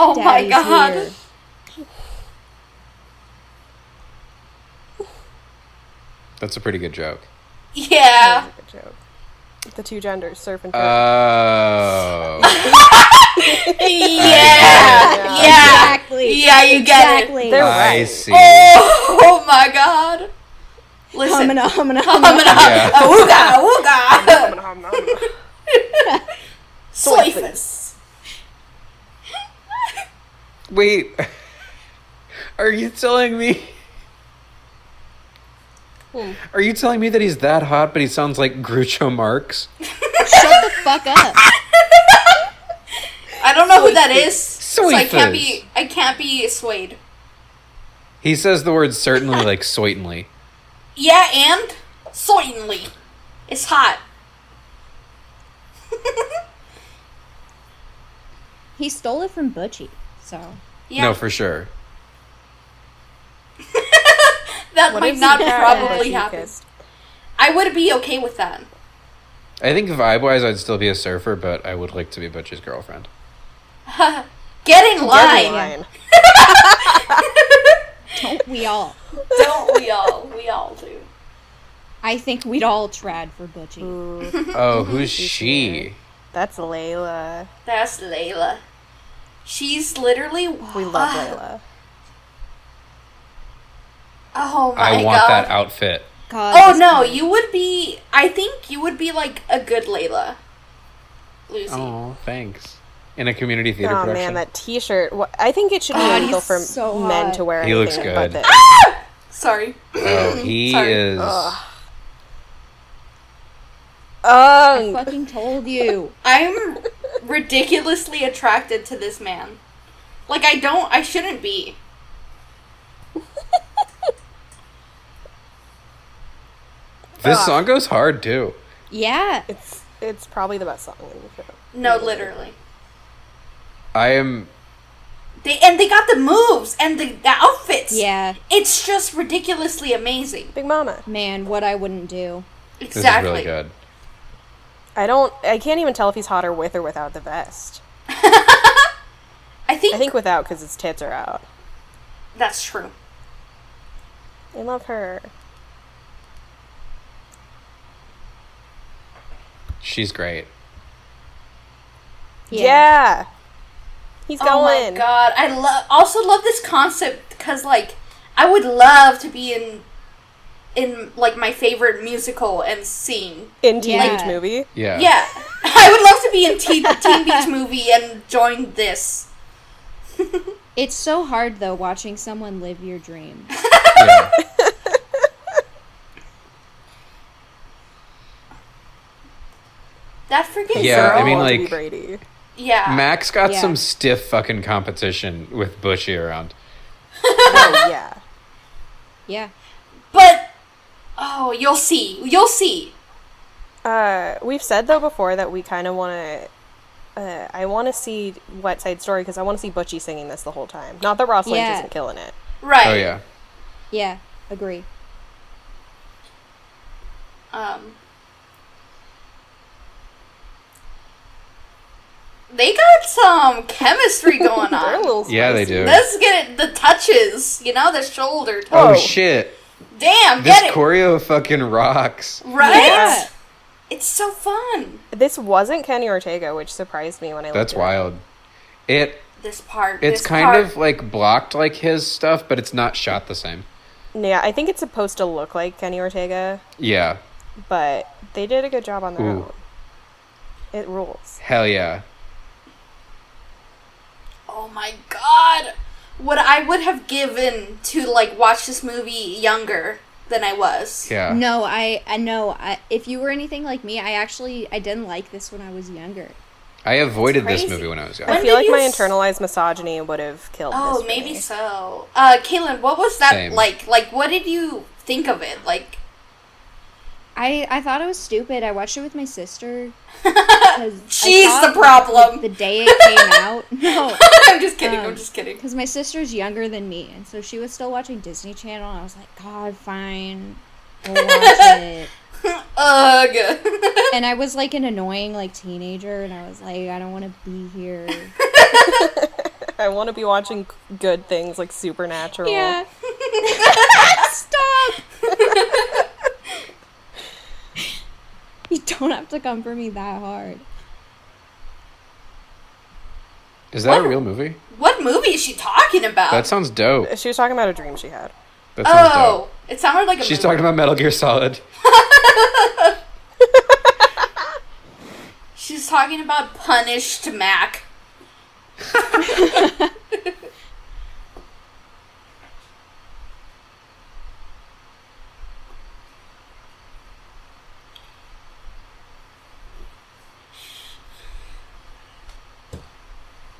S2: Oh my
S4: Daddy's
S2: god.
S4: here.
S3: That's a pretty good joke.
S1: That
S2: Yeah.
S1: was a good joke. The two genders, surf and turf.
S3: Uh, Oh.
S2: Yeah.
S1: Yeah.
S2: Yeah.
S4: Exactly.
S2: Ah, Yeah, you get it.
S4: exactly.
S1: They're-
S3: I
S1: right.
S3: see.
S2: Oh, oh my god. Listen.
S4: Humana, humana,
S2: Humana.
S4: humana.
S3: Yeah.
S2: Awooga, awooga. Soyfus.
S1: Soyfus.
S3: Wait. Are you telling me? Are you telling me that he's that hot, but he sounds like Groucho Marx?
S4: Shut the fuck up.
S2: I don't know who that is. So I can't
S3: Soyfus.
S2: be I can't be swayed.
S3: He says the word certainly like certainly.
S2: Yeah, and certainly. It's hot.
S4: He stole it from Butchie. So
S2: Yeah.
S3: No, for sure.
S2: that
S1: What
S2: might
S1: if
S2: not
S1: he had
S2: probably
S1: she
S2: happen.
S1: kissed?
S2: I would be okay with that.
S3: I think vibe wise, I'd still be a surfer, but I would like to be Butch's girlfriend.
S2: Get in line.
S1: Never mind.
S4: don't we all?
S2: Don't we all? We all do.
S4: I think we'd all trad for Butchie.
S3: Oh, who's she?
S1: That's Layla.
S2: That's Layla. She's literally. Ah,
S1: We love
S4: Ah.
S1: Layla.
S2: Oh my
S3: I want
S2: god.
S3: that outfit.
S4: God,
S2: Oh
S4: this
S2: no,
S4: guy.
S2: you would be. I think you would be like a good Layla, Lucy.
S3: Oh, thanks. In a community theater
S1: Oh man,
S3: production.
S1: that T-shirt. Wha- I think it should be
S4: God,
S1: illegal
S4: he's
S1: for
S4: so
S1: men
S4: hot.
S1: to wear
S3: He looks
S1: anything
S3: good.
S1: but this.
S2: Sorry.
S3: oh, he
S2: Sorry.
S3: is.
S4: I
S1: Um,
S4: fucking told you.
S2: I'm ridiculously attracted to this man. Like I don't. I shouldn't be.
S3: This song goes hard too.
S4: Yeah.
S1: it's it's probably the best song in the show.
S2: No, literally.
S3: I am.
S2: They and they got the moves and the, the outfits.
S4: Yeah.
S2: It's just ridiculously amazing.
S1: Big Mama.
S4: Man, what I wouldn't do.
S3: This
S2: Exactly.
S3: is really good.
S1: I don't. I can't even tell if he's hotter with or without the vest.
S2: I think,
S1: I think without because his tits are out.
S2: that's true.
S1: I love her.
S3: She's great.
S1: Yeah.
S4: Yeah.
S1: He's
S2: Oh
S1: going.
S2: my god! I love also love this concept because like I would love to be in in like my favorite musical and sing.
S1: in teenage
S4: Yeah.
S1: movie.
S3: Yeah.
S2: Yeah, I would love to be in Teen, Teen Beach Movie and join this.
S4: It's so hard though watching someone live your dream.
S3: yeah.
S2: That freaking
S3: Yeah,
S2: girl.
S3: I mean,
S1: All to be
S3: like-
S1: Brady.
S2: Uh, yeah,
S3: Max got
S4: Yeah.
S3: some stiff fucking competition with Bushy around.
S1: oh yeah.
S4: Yeah.
S2: but oh, you'll see, you'll see.
S1: Uh, we've said though before that we kind of want to. Uh, I want to see Wet Side Story because I want to see Butchie singing this the whole time. Not that Ross Lynch
S4: Yeah.
S1: isn't killing it.
S2: Right.
S3: Oh yeah.
S4: Yeah. Agree.
S2: Um, they got some chemistry going
S1: They're a
S2: on.
S1: little
S3: Yeah, they
S1: spicy.
S3: do.
S2: Let's get it, the touches, you know, the shoulder. Touch.
S3: Oh
S1: Oh.
S3: shit.
S2: Damn,
S3: This
S2: get it
S3: choreo fucking rocks.
S2: right.
S4: Yeah.
S2: It's so fun.
S1: This wasn't Kenny Ortega, which surprised me when I. looked
S3: That's
S1: it up.
S3: wild. It
S2: This part.
S3: it's
S2: this
S3: kind
S2: part.
S3: of like blocked like his stuff, but it's not shot the same.
S1: Yeah, I think it's supposed to look like Kenny Ortega,
S3: Yeah.
S1: but they did a good job on their
S3: Ooh.
S1: own. It rules.
S3: Hell yeah.
S2: Oh my god! What I would have given to like watch this movie younger than I was.
S3: Yeah.
S4: No, I I know. I, if you were anything like me, I actually I didn't like this when I was younger.
S3: I avoided
S2: That's
S3: this
S2: crazy.
S3: movie when I was young.
S2: When
S1: I feel
S2: did
S1: like
S2: you
S1: my
S2: s-
S1: internalized misogyny would have killed.
S2: Oh,
S1: this for
S2: maybe
S1: me.
S2: so. Uh, Caitlin, what was that
S3: Same.
S2: like? Like, what did you think of it? Like,
S4: I I thought it was stupid. I watched it with my sister.
S2: She's
S4: She's
S2: the problem.
S4: The day it came out. No.
S2: I'm just kidding. I'm
S4: Um,
S2: just kidding.
S4: Because my sister's younger than me, and so she was still watching Disney Channel, and I was like, God, fine, we'll watch it.
S2: Ugh.
S4: And I was like an annoying like teenager, and I was like, I don't want to be here.
S1: I want to be watching c- good things like Supernatural.
S4: Yeah. Stop. you don't have to come for me that hard.
S3: Is that a real movie?
S2: what Uh, movie is she talking about?
S3: That sounds dope.
S1: She was talking about a dream she had.
S3: That sounds dope.
S2: oh, it sounded like a.
S3: She's
S2: movie.
S3: talking about Metal Gear Solid.
S2: She's talking about punished Mac.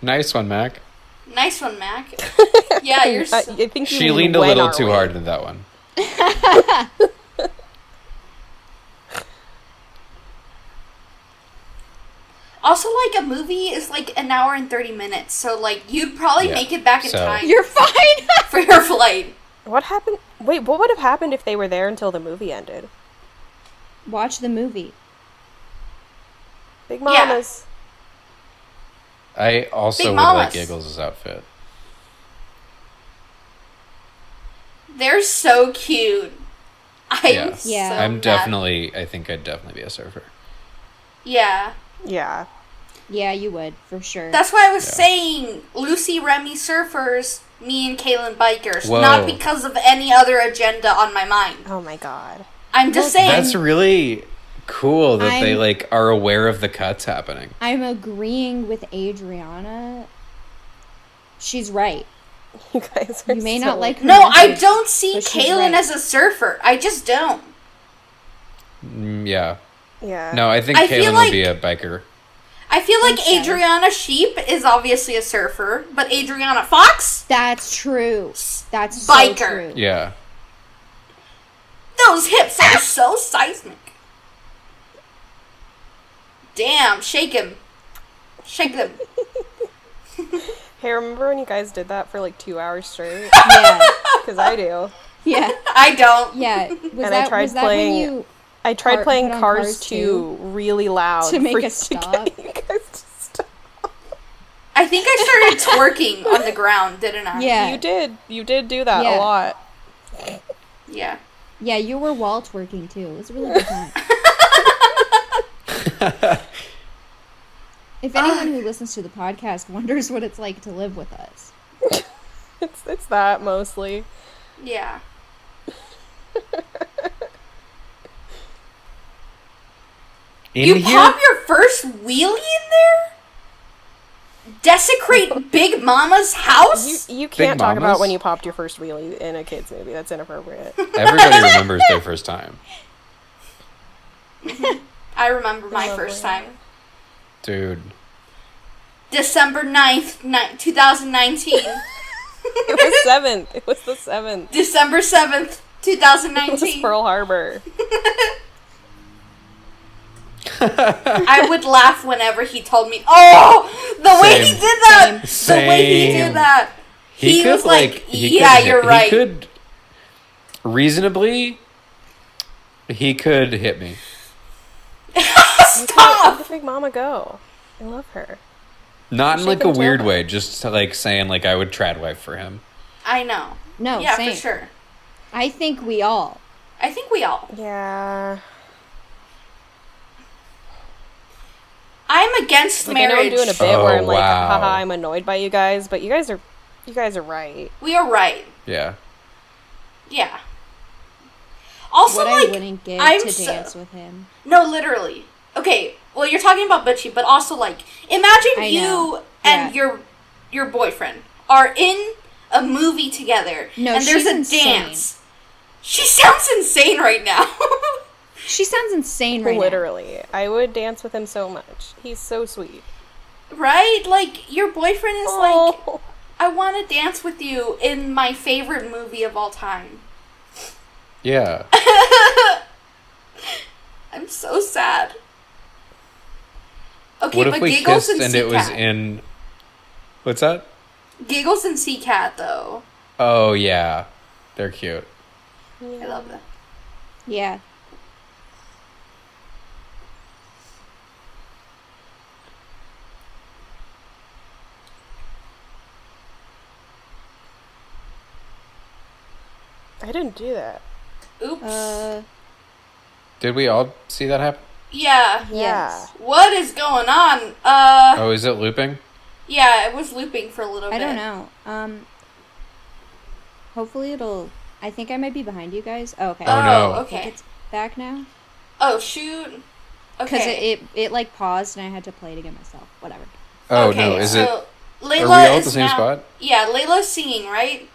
S3: Nice one, Mac.
S2: Nice one, Mac. yeah, you're.
S1: I,
S2: So-
S1: I think you
S3: She
S1: mean,
S3: leaned a
S1: when
S3: little
S1: are
S3: too
S1: we?
S3: hard into that one.
S2: Also, like a movie is like an hour and thirty minutes, so like you'd probably
S3: Yeah,
S2: make it back in
S3: so-
S2: time
S4: You're fine.
S2: for your flight.
S1: What happened? Wait, what would have happened if they were there until the movie ended?
S4: Watch the movie.
S1: Big
S2: Yeah.
S1: Mama's.
S3: I also
S2: Big
S3: would
S2: mamas.
S3: like Giggles' outfit.
S2: They're so cute. I'm
S3: Yeah.
S4: Yeah.
S2: so
S4: Oh,
S3: I'm
S2: mad.
S3: definitely, I think I'd definitely be a surfer.
S2: Yeah,
S1: Yeah.
S4: Yeah, you would for sure.
S2: that's why I was
S3: Yeah.
S2: saying Lucy, Remy, surfers, me and Kaylin bikers,
S3: Whoa.
S2: not because of any other agenda on my mind.
S1: Oh my god.
S2: I'm just saying.
S3: That's really cool that they
S4: I'm-
S3: like are aware of the cuts happening.
S4: I'm agreeing with Adriana. She's right.
S1: You guys are
S4: You may
S1: so-
S4: not like her
S2: no, I
S4: message.
S2: don't see
S4: But she's
S2: Kaylin
S4: right.
S2: as a surfer. I just don't.
S3: Mm, yeah.
S1: Yeah.
S3: No, I think
S2: I feel
S3: Kaylin
S2: like-
S3: would be a biker.
S2: I feel like
S4: Okay.
S2: Adriana Sheep is obviously a surfer, but Adriana Fox,
S4: That's true. That's
S2: Biker.
S4: so true.
S3: Yeah.
S2: those hips are so seismic. Damn, shake him. Shake them.
S1: Hey, remember when you guys did that for like two hours straight?
S4: Yeah.
S1: Because I do.
S4: Yeah.
S2: I don't.
S4: Yeah. Was
S1: I
S4: that
S1: tried
S4: was that
S1: playing-
S4: when you
S1: I tried
S4: Car-
S1: playing
S4: put on
S1: Cars,
S4: Cars
S1: 2
S4: 2
S1: really loud
S4: to make
S1: for-
S4: us
S1: get
S4: stop.
S1: you guys to stop.
S2: I think I started twerking on the ground, didn't I?
S4: Yeah.
S1: You did. You did do that
S4: Yeah.
S1: a lot.
S2: Yeah.
S4: Yeah, you were wall twerking too. It was a really good time. if anyone who listens to the podcast wonders what it's like to live with us.
S1: It's it's that mostly.
S2: Yeah.
S3: in
S2: you
S3: here?
S2: pop your first wheelie in there? Desecrate Big Mama's
S1: You,
S2: house?
S1: you can't talk about
S3: Mamas?
S1: when you popped your first wheelie in a kids movie. That's inappropriate.
S3: Everybody remembers their first time.
S2: I remember my
S1: Lovely.
S2: first time.
S3: Dude.
S2: December 9th, ni- 2019.
S1: it was seventh. It was the seventh.
S2: December 7th,
S1: It was
S2: 2019.
S1: Pearl Harbor.
S2: I would laugh whenever he told me, "Oh, the way he did
S3: Same.
S2: that, the way he
S3: Same.
S2: did that." He, was like,
S3: he
S2: "Yeah,
S3: could hit-
S2: you're
S3: He
S2: right."
S3: could reasonably he could hit me.
S1: Where
S2: Stop.
S1: did Big Mama go? I love her.
S3: Not in
S1: She
S3: like a
S1: can
S3: weird
S1: tell.
S3: way, just to, like saying like I would trad wife for him.
S2: I know.
S4: No,
S2: yeah,
S4: Oh, same.
S2: for sure.
S4: I think we all.
S2: I think we all.
S1: Yeah.
S2: I'm against
S1: Like I know I'm
S2: marriage.
S1: doing a bit where
S3: Oh,
S1: I'm like,
S3: wow.
S1: haha, I'm annoyed by you guys, but you guys are, you guys are right.
S2: we are right.
S3: Yeah.
S2: Yeah. Also,
S4: What I
S2: like,
S4: wouldn't give
S2: I'm
S4: to
S2: so-
S4: dance with him.
S2: no, literally. Okay. Well, you're talking about butchie, but also like, imagine
S4: I
S2: you
S4: know.
S2: and
S4: Yeah.
S2: your your boyfriend are in a movie together,
S4: No,
S2: and there's
S4: she's
S2: a
S4: insane.
S2: dance. She sounds insane right now.
S4: She sounds insane right now.
S1: Literally, I would dance with him so much. He's so sweet.
S2: Right? Like your boyfriend is like,
S1: Oh.
S2: I want to dance with you in my favorite movie of all time.
S3: Yeah.
S2: I'm so sad. Okay,
S3: what
S2: but
S3: if we
S2: giggles
S3: kissed
S2: and,
S3: and it was
S2: Seacat.
S3: in What's that?
S2: giggles and Seacat though.
S3: Oh yeah. They're cute.
S2: I love that.
S4: Yeah.
S1: I didn't do that.
S2: Oops.
S4: Uh,
S3: Did we all see that happen?
S2: yeah.
S4: yes.
S2: What is going on? Uh,
S3: Oh, is it looping?
S2: yeah, it was looping for a little
S4: I
S2: bit.
S4: don't know. Um, hopefully it'll. I think I might be behind you guys. Oh, okay.
S3: Oh, no.
S2: Oh,
S4: I think
S2: okay.
S4: It's back now.
S2: Oh shoot.
S4: Because
S2: Okay.
S4: it, it it like paused and I had to play it again myself. Whatever.
S3: Oh
S2: okay,
S3: no, is it
S2: so Layla
S3: we all at
S2: is
S3: the same
S2: now-
S3: spot?
S2: Yeah, Layla's singing, right?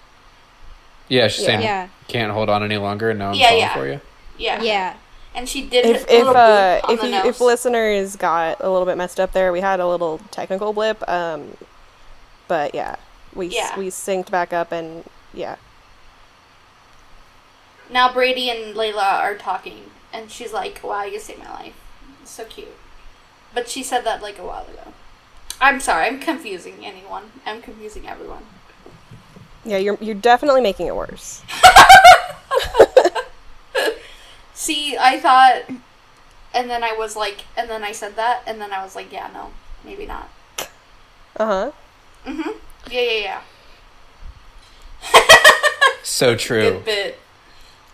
S3: Yeah, she's saying
S4: Yeah.
S3: can't hold on any longer and now I'm
S2: Yeah,
S3: falling
S2: yeah.
S3: for you.
S2: Yeah.
S4: Yeah.
S2: And she did
S1: if
S2: a little
S1: if uh,
S2: boop on
S1: if
S2: the
S1: you,
S2: nose.
S1: if listeners got a little bit messed up there, we had a little technical blip. Um, but yeah, we s-
S2: Yeah.
S1: we synced back up and yeah,
S2: now Brady and Layla are talking, and she's like, "Wow, you saved my life. It's so cute." But she said that like a while ago. I'm sorry, I'm confusing anyone. I'm confusing everyone.
S1: yeah, you're you're definitely making it worse.
S2: See, I thought, and then I was like, and then I said that, and then I was like, "Yeah, no, maybe not."
S1: Uh huh.
S2: Mhm. Yeah, yeah, yeah.
S3: So true.
S2: Good bit.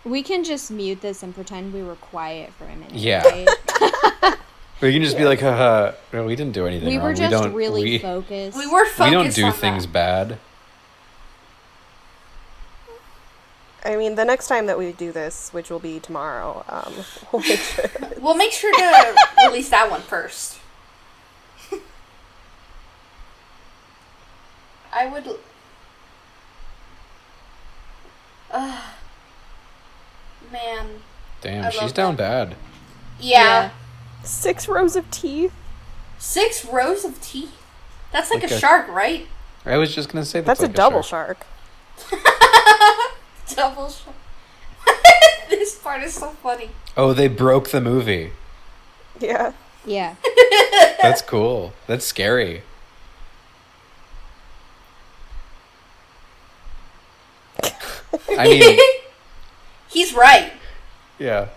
S4: We can just mute this and pretend we were quiet for a minute.
S3: Yeah.
S4: right?
S3: We can just be like, haha, no, we didn't do anything
S4: we
S3: wrong.
S4: were just
S3: don't,
S4: really
S3: we,
S4: focused.
S2: We were
S3: we
S2: focused.
S3: don't do
S2: on
S3: things
S2: That.
S3: bad.
S1: I mean, the next time that we do this, which will be tomorrow, um, we'll make sure.
S2: We'll make sure to release that one first. I would. l- Ugh. man. I
S3: Damn,
S2: love
S3: she's down bad.
S2: Yeah.
S4: Yeah.
S1: Six rows of teeth.
S2: Six rows of teeth. That's like
S3: Like
S2: a,
S3: a-
S2: shark, right?
S3: I was just gonna say that's,
S1: That's
S3: like
S1: a double
S3: shark.
S1: shark.
S2: Double shark. this part is so funny.
S3: Oh, they broke the movie.
S1: Yeah.
S4: Yeah.
S3: That's cool. That's scary. I mean,
S2: He's right.
S3: yeah.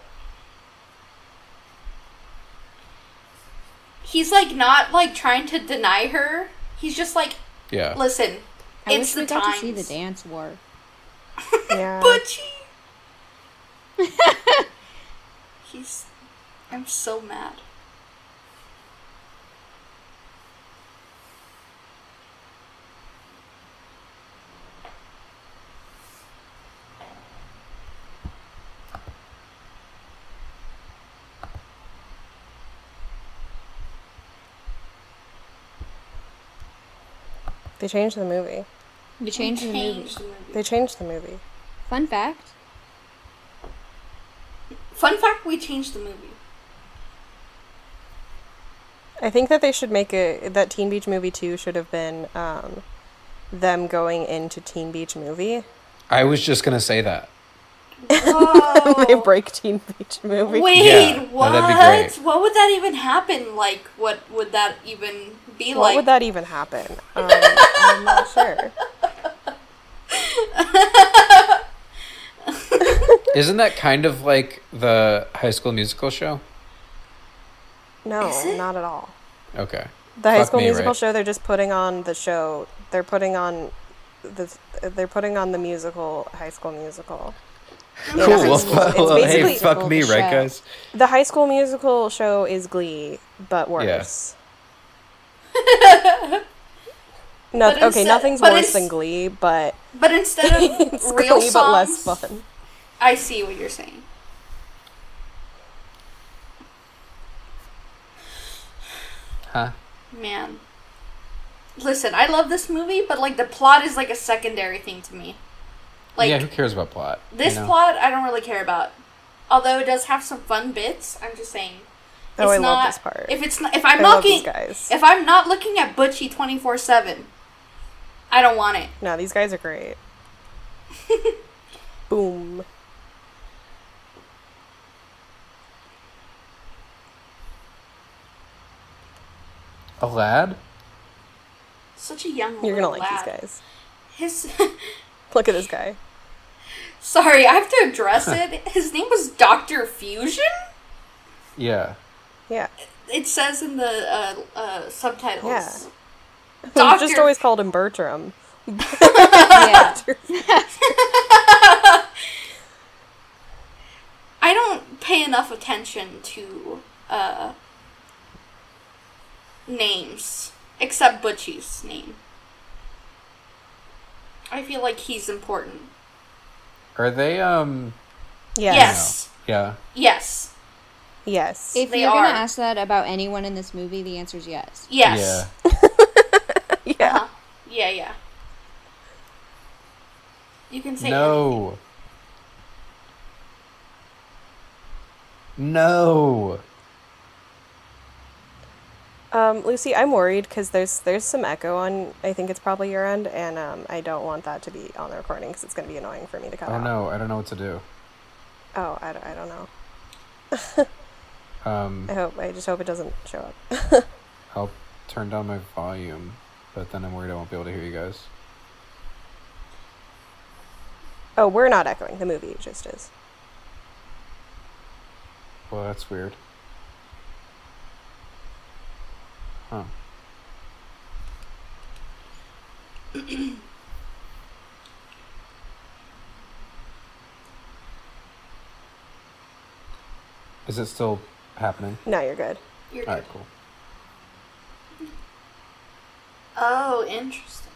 S2: He's like not like trying to deny her. He's just like,
S3: Yeah.
S2: listen,
S4: I
S2: it's
S4: wish we
S2: the
S4: got
S2: time.
S4: to see the dance war.
S1: Yeah.
S2: Butchie. He's. I'm so mad.
S1: They changed the movie.
S4: You changed the movie.
S2: Changed the movie.
S1: They changed the movie.
S4: Fun fact
S2: Fun fact: We changed the movie.
S1: I think that they should make it that Teen Beach Movie 2 should have been um, them going into Teen Beach Movie.
S3: I was just gonna say that.
S1: they
S2: Whoa.
S1: break Teen Beach Movie.
S2: Oh. Wait,
S3: Yeah, no,
S2: what?
S3: that'd be great.
S2: What would that even happen? Like, what would that even be
S1: what
S2: like?
S1: would that even happen? Um, I'm not sure.
S3: Isn't that kind of like the High School Musical show?
S1: No,
S2: Is it?
S1: not at all.
S3: Okay.
S1: The High
S3: Fuck
S1: School
S3: me,
S1: Musical
S3: right?
S1: show. They're just putting on the show. They're putting on the. They're putting on the musical High School Musical.
S3: Cool.
S1: High
S3: Well,
S1: School- it's
S3: well, hey,
S1: basically-
S3: fuck me,
S4: the
S3: right,
S4: show.
S3: guys?
S1: The High School Musical show is Glee, but worse. no,
S2: But
S1: okay,
S2: instead-
S1: nothing's
S2: but
S1: worse
S2: it's-
S1: than Glee, but
S2: But instead of
S1: it's
S2: real
S1: Glee,
S2: songs,
S1: but less fun.
S2: I see what you're saying.
S3: Huh?
S2: Man. Listen, I love this movie, but like the plot is like a secondary thing to me. Like
S3: yeah, who cares about plot? you
S2: this
S3: know?
S2: plot I don't really care about. Although it does have some fun bits, I'm just saying.
S1: Oh, I
S2: It's
S1: love
S2: not-
S1: this part.
S2: If it's not if I'm
S1: I
S2: not
S1: love these
S2: looking
S1: guys.
S2: if I'm not looking at Butchie twenty four seven, I don't want it.
S1: No, these guys are great. Boom.
S3: A lad?
S2: Such a young
S1: You're gonna
S2: little
S1: like these
S2: lad.
S1: guys.
S2: His
S1: Look at this guy.
S2: sorry, I have to address it. His name was Doctor Fusion?
S3: Yeah.
S1: Yeah.
S2: It says in the uh, uh, subtitles.
S1: Yeah. We've
S2: Doctor
S1: just always called him Bertram.
S4: yeah.
S2: I don't pay enough attention to uh, names, except Butchie's name. I feel like he's important.
S3: Are they um
S1: Yes.
S2: Yes,
S3: yeah.
S2: yes,
S1: Yes.
S4: If
S2: They
S4: you're going
S2: are.
S4: to ask that about anyone in this movie, the answer is yes.
S2: yes.
S1: yeah.
S2: Huh. Yeah, yeah. You can
S3: Yeah.
S2: say
S3: No. No.
S1: Um, Lucy, I'm worried because there's there's some echo on. I think it's probably your end, and um, I don't want that to be on the recording because it's gonna be annoying for me to cut
S3: I don't
S1: out.
S3: know. I don't know what to do.
S1: Oh, I, don't- I don't know.
S3: Um
S1: I hope I just hope it doesn't show up.
S3: I'll turn down my volume, but then I'm worried I won't be able to hear you guys.
S1: oh, we're not echoing. The movie just is.
S3: Well, that's weird. Huh. Is it still happening?
S1: No, you're good.
S2: anything. You're
S3: All
S2: good.
S3: right, cool.
S2: Oh, interesting.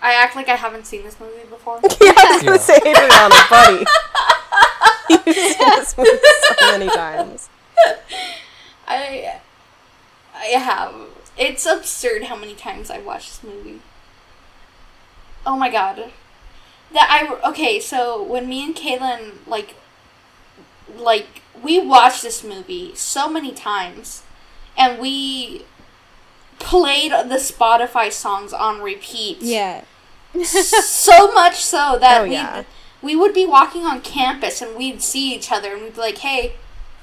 S2: I act like I haven't seen this movie before.
S1: yeah, I was gonna
S3: Yeah.
S1: say Adrian on a buddy. You've seen this movie so many times.
S2: I I have. It's absurd how many times I watched this movie. Oh my god. That I okay, so when me and Kaylin like like we watched this movie so many times and we played the Spotify songs on repeat.
S4: Yeah.
S2: so much so that
S1: Oh,
S2: we
S1: yeah.
S2: we would be walking on campus and we'd see each other and we'd be like, "Hey,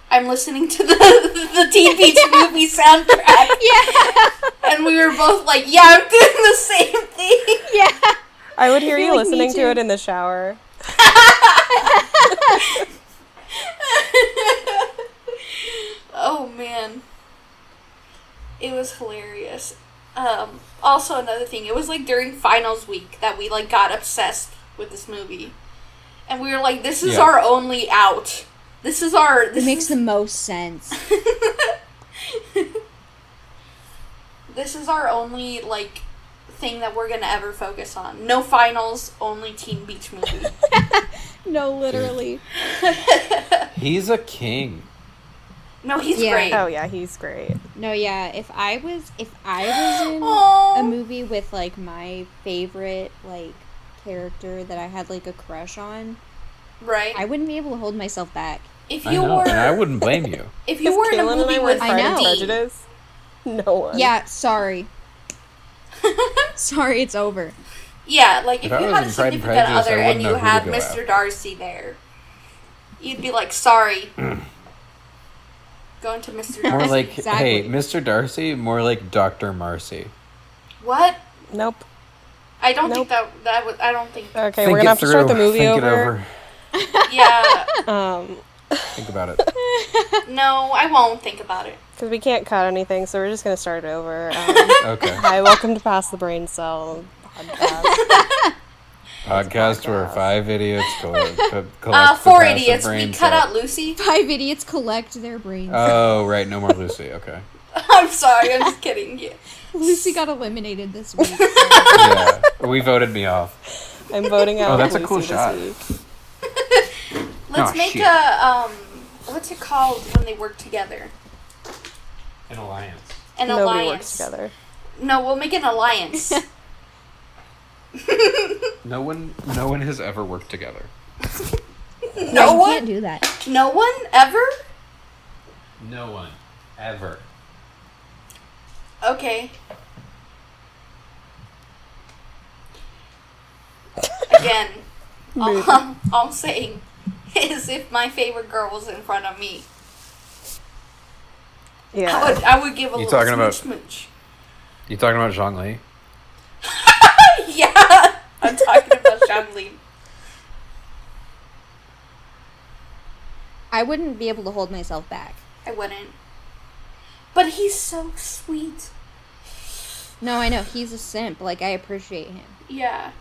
S2: I'm listening to the the Teen Beach movie soundtrack,"
S4: Yeah.
S2: and we were both like, "Yeah, I'm doing the same thing."
S4: Yeah.
S1: I would hear
S4: feel
S1: you
S4: like me
S1: listening to
S4: too.
S1: it in the shower.
S2: oh man, it was hilarious. Um, also, another thing, it was like during finals week that we like got obsessed with this movie, and we were like, "This is
S3: Yeah.
S2: our only out. This is our
S4: It
S2: this
S4: makes
S2: is,
S4: the most sense.
S2: this is our only like thing that we're gonna ever focus on. No finals, only Teen Beach movie."
S4: No, literally.
S3: He's a king.
S2: No, he's
S4: Yeah.
S2: great.
S1: Oh yeah, he's great.
S4: No, yeah. If I was, if I was in
S2: Aw.
S4: a movie with like my favorite like character that I had like a crush on,
S2: Right.
S4: I wouldn't be able to hold myself back.
S2: if
S3: I
S2: you
S3: know,
S2: were,
S3: and I wouldn't blame you.
S2: if you were in a
S1: Kaylin and
S2: movie
S1: I
S2: with
S1: went
S4: I
S1: Pride and
S4: know.
S2: Dee,
S1: Prejudice. No one.
S4: Yeah, sorry. sorry, it's over.
S2: yeah, like if,
S3: If I
S2: you
S3: was
S2: had a
S3: in Pride and
S2: significant
S3: Prejudice, I
S2: other and
S3: wouldn't
S2: you
S3: know who to
S2: had
S3: go
S2: Mr.
S3: after.
S2: Darcy there, you'd be like, sorry, going to Mr.
S3: More
S2: Darcy.
S3: like,
S4: Exactly.
S3: hey, Mr. Darcy, more like Dr. Marcy.
S2: what?
S1: Nope.
S2: I don't
S1: Nope.
S2: think that that was. I don't think.
S1: Okay,
S3: Think
S1: we're gonna
S3: it
S1: have to start the
S3: through.
S1: movie
S3: Think
S1: over.
S2: Yeah.
S1: Um,
S3: Think about it.
S2: no, I won't think about it.
S1: because we can't cut anything, so we're just gonna start over. Um,
S3: Okay.
S1: hi, welcome to Pass the Brain Cell podcast.
S3: Podcast where five idiots collect, co- collect
S2: Uh,
S3: the
S2: four
S3: passive
S2: idiots. We
S3: brain
S2: cut
S3: cell.
S2: out Lucy.
S4: Five idiots collect their brains.
S3: Oh, right. No more Lucy. Okay.
S2: I'm sorry. I'm just kidding. Yeah.
S4: Lucy got eliminated this week. so-
S3: Yeah. We voted me off.
S1: I'm voting out.
S3: Oh, that's a
S1: Lucy
S3: cool
S1: this
S3: shot.
S1: week.
S2: Let's
S3: Oh,
S2: make
S3: shit.
S2: a um. What's it called when they work together?
S3: An alliance.
S2: An
S1: Nobody
S2: alliance.
S1: works together.
S2: No, we'll make an alliance.
S3: No one, no one has ever worked together.
S4: Yeah,
S2: no
S4: you can't
S2: one.
S4: do that.
S2: No one ever.
S3: No one, ever.
S2: Okay. Again, all, all I'm saying is if my favorite girl was in front of me,
S1: Yeah.
S2: I would I would give a
S3: You
S2: little
S3: talking
S2: smooch
S3: about-
S2: smooch.
S3: You talking about Zhang Li?
S2: Yeah, I'm talking about Shanglin.
S4: I wouldn't be able to hold myself back.
S2: I wouldn't. But he's so sweet.
S4: No, I know he's a simp. Like I appreciate him.
S2: Yeah.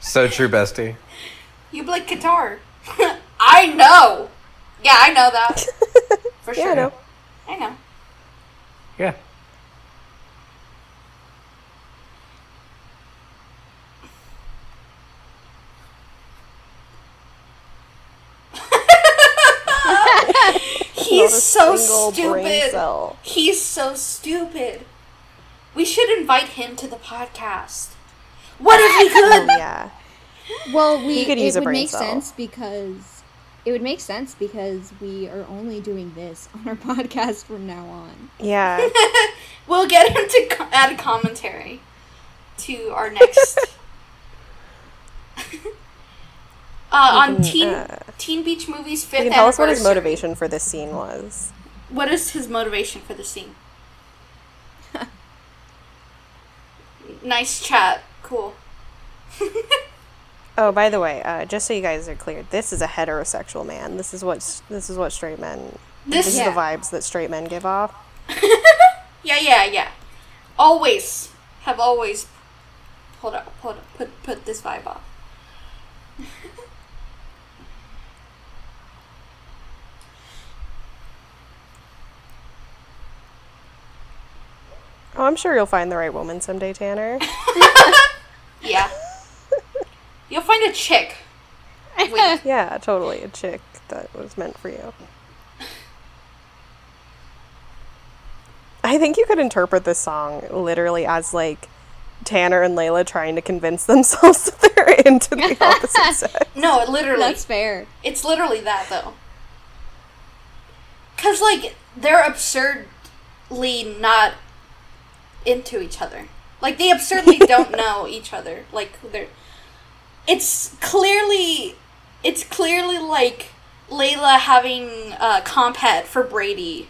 S3: So true, bestie.
S2: You play guitar. I know. Yeah, I know that. For
S1: Yeah, I
S2: sure.
S1: know.
S2: I know.
S3: Yeah.
S1: Not a
S2: He's so
S1: single Brain
S2: stupid.
S1: cell.
S2: He's so stupid. We should invite him to the podcast. What if we
S1: Oh,
S2: could?
S1: yeah.
S4: Well, we
S1: He could use a
S4: it would
S1: brain
S4: make
S1: cell.
S4: sense because it would make sense because we are only doing this on our podcast from now on.
S1: Yeah.
S2: We'll get him to co- add commentary to our next. uh, on
S1: can,
S2: Teen
S1: uh,
S2: Teen Beach Movie's fifth
S1: You can tell us what his
S2: anniversary.
S1: motivation for this scene was.
S2: What is his motivation for the scene? nice chat. Cool.
S1: Oh, by the way, uh, just so you guys are clear, this is a heterosexual man. This is what s- this is what straight men. This
S2: This
S1: is
S2: yeah.
S1: the vibes that straight men give off.
S2: yeah, yeah, yeah. Always have always pulled up, pulled up, put put this vibe off.
S1: Oh, I'm sure you'll find the right woman someday, Tanner.
S2: Yeah. You'll find a chick. Wait.
S1: Yeah, totally a chick that was meant for you. I think you could interpret this song literally as like Tanner and Layla trying to convince themselves that they're into the opposite sex.
S2: No, literally.
S4: That's fair.
S2: It's literally that though. Cause like they're absurdly not into each other. Like they absurdly don't know each other. Like they're it's clearly it's clearly like Layla having uh compet for Brady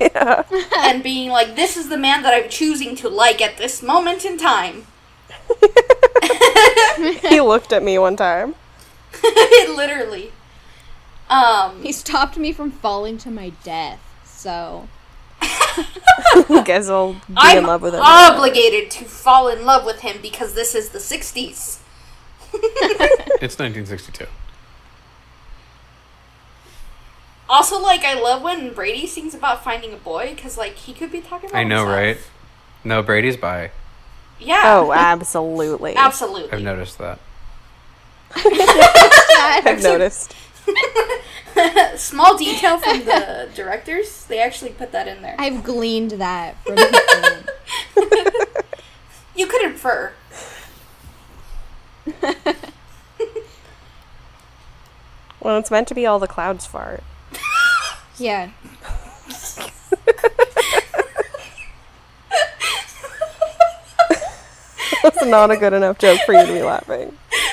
S1: Yeah.
S2: and being like, This is the man that I'm choosing to like at this moment in time.
S1: He looked at me one time.
S2: literally. Um
S4: He stopped me from falling to my death. So
S1: You guys will be
S2: I'm
S1: in love with him.
S2: obligated to fall in love with him because this is the 60s.
S3: It's 1962.
S2: Also, like, I love when Brady sings about finding a boy because, like, he could be talking about
S3: I know,
S2: himself.
S3: right? No, Brady's by.
S2: Yeah.
S1: oh, absolutely.
S2: absolutely.
S3: I've noticed that.
S1: I've noticed.
S2: Small detail from the directors. They actually put that in there.
S4: I've gleaned that from people.
S2: You could infer.
S1: Well, it's meant to be all the clouds fart.
S4: Yeah.
S1: That's not a good enough joke for you to be laughing.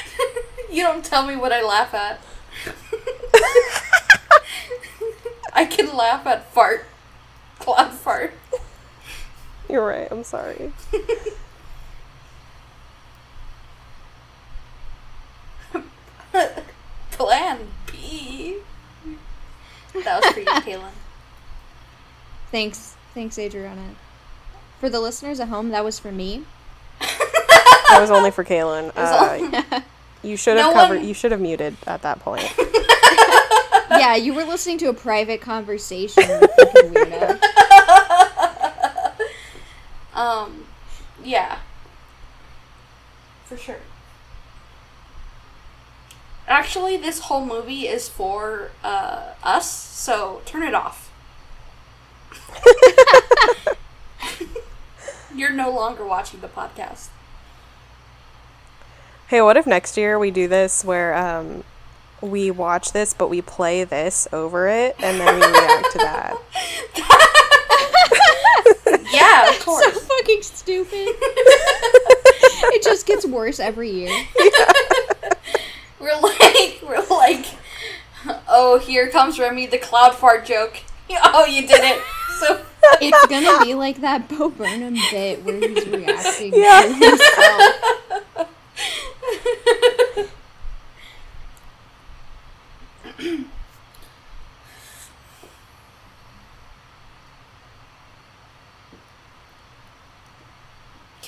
S2: You don't tell me what I laugh at. I can laugh at fart. Cloud fart.
S1: You're right. I'm sorry.
S2: Plan B. That was for you, Kaylin.
S4: Thanks. Thanks, Adriana. For the listeners at home, that was for me.
S1: That was only for Kaylin. Uh, you should have
S2: No
S1: covered.
S2: one-
S1: You should have muted at that point.
S4: yeah, you were listening to a private conversation. you fucking weirdo.
S2: Um, yeah. For sure. Actually, this whole movie is for uh, us, so turn it off. You're no longer watching the podcast.
S1: Hey, what if next year we do this where um, we watch this, but we play this over it, and then we react to that?
S2: Yeah, of
S4: so
S2: course.
S4: fucking stupid. it just gets worse every year.
S2: we're like, we're like, oh, here comes Remy the cloud fart joke. Oh, you did it. So
S4: It's gonna be like that Bo Burnham bit where he's reacting
S1: Yeah.
S4: to himself.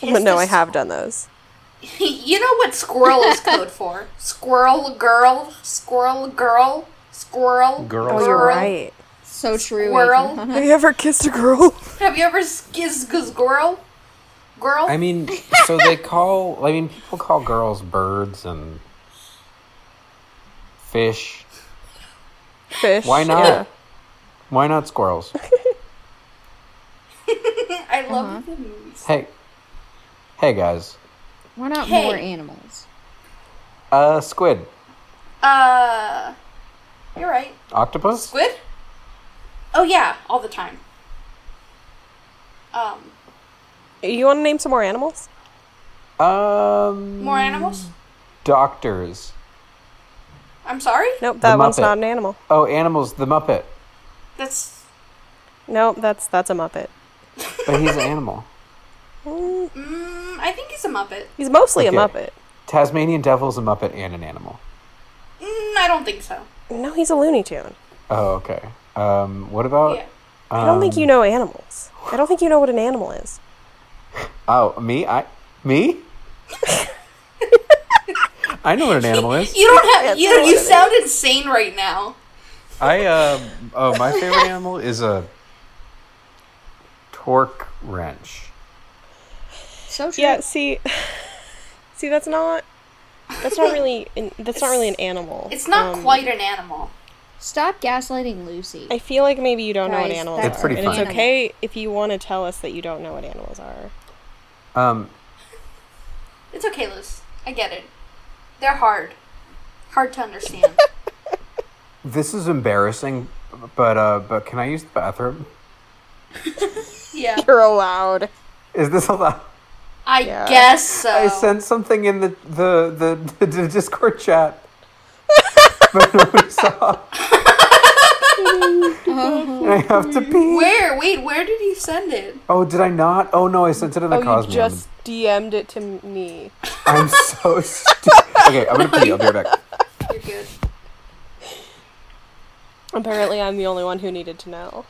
S1: But no, I
S2: Kiss the
S1: have done those.
S2: you know what squirrel is code for? Squirrel girl, squirrel girl, squirrel
S3: Girl.
S1: Oh, you're right.
S4: So true. uh-huh.
S2: Squirrel.
S4: Adriana.
S1: Have you ever kissed a girl?
S2: Have you ever skiz squirrel? Girl?
S3: I mean, so they call. I mean, people call girls birds and fish.
S1: Fish.
S3: Why not?
S1: Yeah.
S3: Why not squirrels?
S2: I love
S1: Uh-huh.
S2: the movies.
S3: hey, hey guys,
S4: Why not
S2: Hey.
S4: more animals?
S3: uh, squid,
S2: Uh, you're right.
S3: octopus.
S2: Squid? Oh yeah, all the time. Um,
S1: You want to name some more animals?
S3: Um,
S2: more
S1: Mm.
S2: animals?
S3: doctors.
S2: I'm sorry?
S1: Nope, that one's
S3: Muppet.
S1: not an animal.
S3: Oh, animals. The Muppet,
S2: That's,
S1: Nope, that's that's a Muppet.
S3: but he's an animal.
S1: Mm,
S2: mm, I think he's a Muppet.
S1: he's mostly
S3: Okay.
S1: a Muppet.
S3: Tasmanian devil's a Muppet and an animal.
S2: Mm, I don't think so.
S1: No, he's a Looney Tune.
S3: Oh, okay. Um, what
S1: Uh,
S3: about?
S2: Yeah.
S1: I don't
S3: Um,
S1: think you know animals. I don't think you know what an animal is.
S3: Oh, me? I me? I know what an animal is.
S2: You don't have, you,
S1: That's all
S2: you
S1: it is.
S2: sound insane right now.
S3: I um oh my favorite animal is a torque wrench.
S4: So true.
S1: Yeah, see, see, that's not that's not really an, that's not really an animal.
S2: It's not
S1: Um,
S2: quite an animal.
S4: Stop gaslighting Lucy.
S1: I feel like maybe you don't know what
S4: Guys,
S1: animals
S4: that's
S1: are,
S3: It's pretty
S1: and
S3: fun.
S1: it's okay if you want to tell us that you don't know what animals are.
S3: Um
S2: It's okay, Luz. I get it. They're hard. Hard to understand.
S3: this is embarrassing, but uh but can I use the bathroom?
S2: yeah.
S1: You're allowed.
S3: Is this allowed?
S2: I
S1: Yeah.
S2: guess so.
S3: I sent something in the the the, the, Discord chat. but nobody saw. And I have to pee.
S2: where? Wait, where did you send it?
S3: Oh, did I not? Oh no, I sent it in the Cosmo.
S1: DM'd it to me.
S3: I'm so stupid. Okay, I'm gonna pee. I'll be right back.
S2: You're good.
S1: Apparently, I'm the only one who needed to know.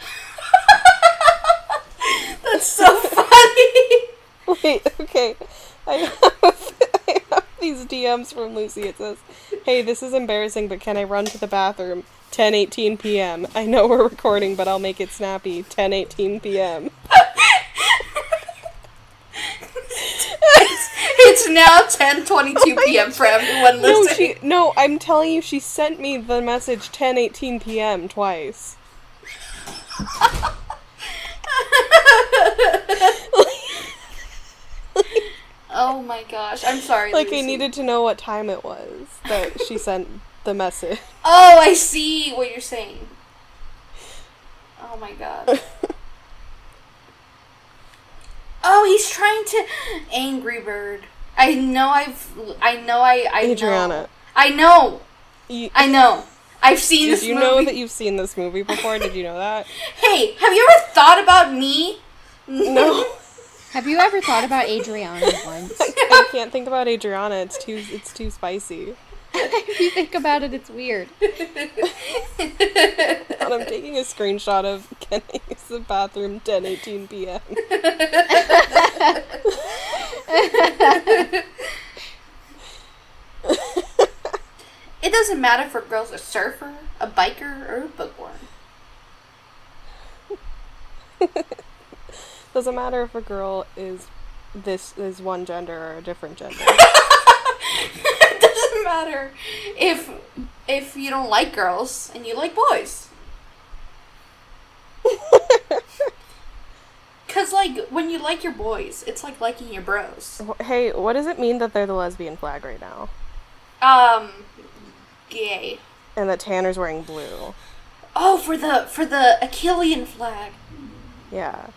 S2: That's so funny.
S1: Wait, okay. I have, I have these DMs from Lucy. It says, "Hey, this is embarrassing, but can I run to the bathroom? 10:18 p.m. I know we're recording, but I'll make it snappy. 10:18 p.m."
S2: It's now 10:22 p.m. for everyone
S1: Oh No,
S2: listening.
S1: she, no, I'm telling you, she sent me the message 10:18 p.m. twice.
S2: oh my gosh, I'm sorry.
S1: Like I
S2: Lucy.
S1: needed to know what time it was that she sent the message.
S2: Oh, I see what you're saying. Oh my god. oh, he's trying to Angry Bird. I know I've I know I I know.
S1: Adriana.
S2: I know.
S1: You,
S2: I know. I've seen
S1: did
S2: this
S1: you
S2: movie.
S1: know that you've seen this movie before? Did you know that?
S2: hey, have you ever thought about me? No.
S4: Have you ever thought about Adriana once?
S1: I can't think about Adriana. It's too it's too spicy.
S4: if you think about it, it's weird.
S1: And I'm taking a screenshot of can I use the bathroom 10:18 p.m.
S2: It doesn't matter if a girl's a surfer, a biker, or a bookworm.
S1: Doesn't matter if a girl is this is one gender or a different gender.
S2: it doesn't matter if if you don't like girls and you like boys. Cause like when you like your boys, it's like liking your bros.
S1: hey, what does it mean that they're the lesbian flag right now?
S2: Um, gay.
S1: And that Tanner's wearing blue.
S2: Oh, for the for the Achillean flag,
S1: Yeah.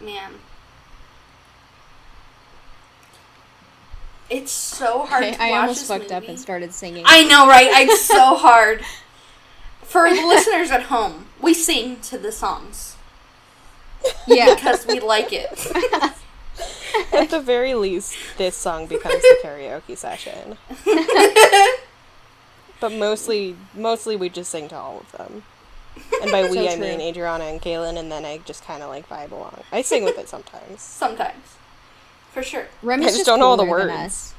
S2: man. It's so hard
S4: I,
S2: to
S4: I
S2: watch this
S4: almost fucked up
S2: movie.
S4: and started singing.
S2: I know, right? I so hard. For the listeners at home, we sing to the songs
S4: yeah,
S2: because we like it.
S1: At the very least, this song becomes the karaoke session. but mostly, mostly we just sing to all of them. And by we,
S4: So
S1: I
S4: true.
S1: mean Adriana and Kaylin, and then I just kind of like vibe along. I sing with it sometimes.
S2: Sometimes. For sure.
S4: Remy's
S1: I just don't know all the
S4: cooler than
S1: words.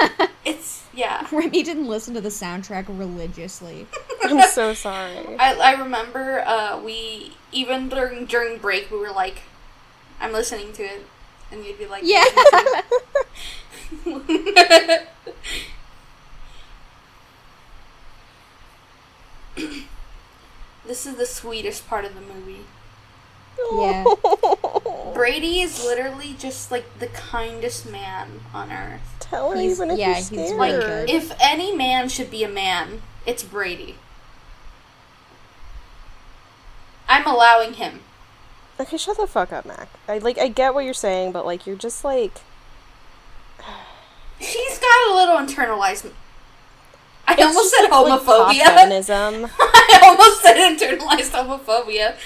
S4: us.
S2: It's, yeah.
S4: Remy didn't listen to the soundtrack religiously.
S1: I'm so sorry.
S2: I, I remember uh, we, even during, during break, we were like, I'm listening to it. And you'd be like,
S4: Yeah.
S2: this is the sweetest part of the movie.
S4: Yeah.
S2: Brady is literally just like the kindest man on earth.
S1: Tell her
S4: He's-
S1: even if
S4: yeah,
S1: you're
S4: he's really
S1: scared.
S4: good.
S2: If any man should be a man, it's Brady. I'm allowing him.
S1: Okay, shut the fuck up, Mac. I like I get what you're saying, but like you're just like
S2: She's got a little internalized. I
S1: it's
S2: almost
S1: just,
S2: said
S1: like, pop
S2: homophobia.
S1: feminism.
S2: I almost said internalized homophobia,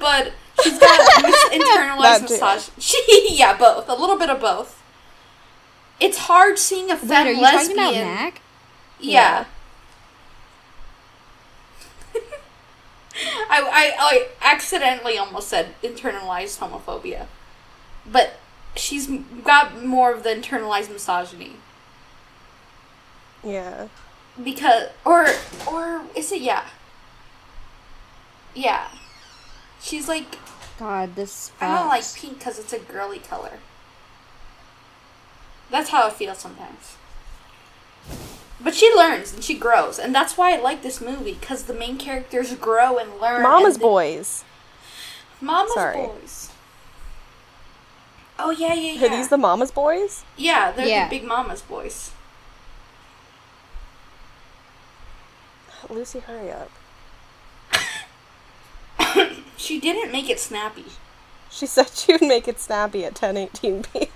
S2: but she's got mis- internalized
S1: That too.
S2: massage. She, yeah, both. A little bit of both. It's hard seeing a
S4: Wait,
S2: femme
S4: are you talking
S2: lesbian.
S4: about Mac?
S2: Yeah. I, I I accidentally almost said internalized homophobia, but she's m- got more of the internalized misogyny
S1: yeah.
S2: because or or is it yeah yeah she's like
S4: God, this.
S2: I don't like
S4: sucks.
S2: pink because it's a girly color. That's how I feel sometimes. But she learns and she grows, and that's why I like this movie because the main characters grow and learn.
S1: Mama's
S2: and they-
S1: boys.
S2: Mama's
S1: Sorry.
S2: boys. Oh yeah, yeah, yeah.
S1: Are these the Mama's boys?
S2: yeah, they're
S4: Yeah.
S2: the big mama's boys.
S1: Lucy, hurry up.
S2: She didn't make it snappy.
S1: She said she would make it snappy at 10:18 p.m.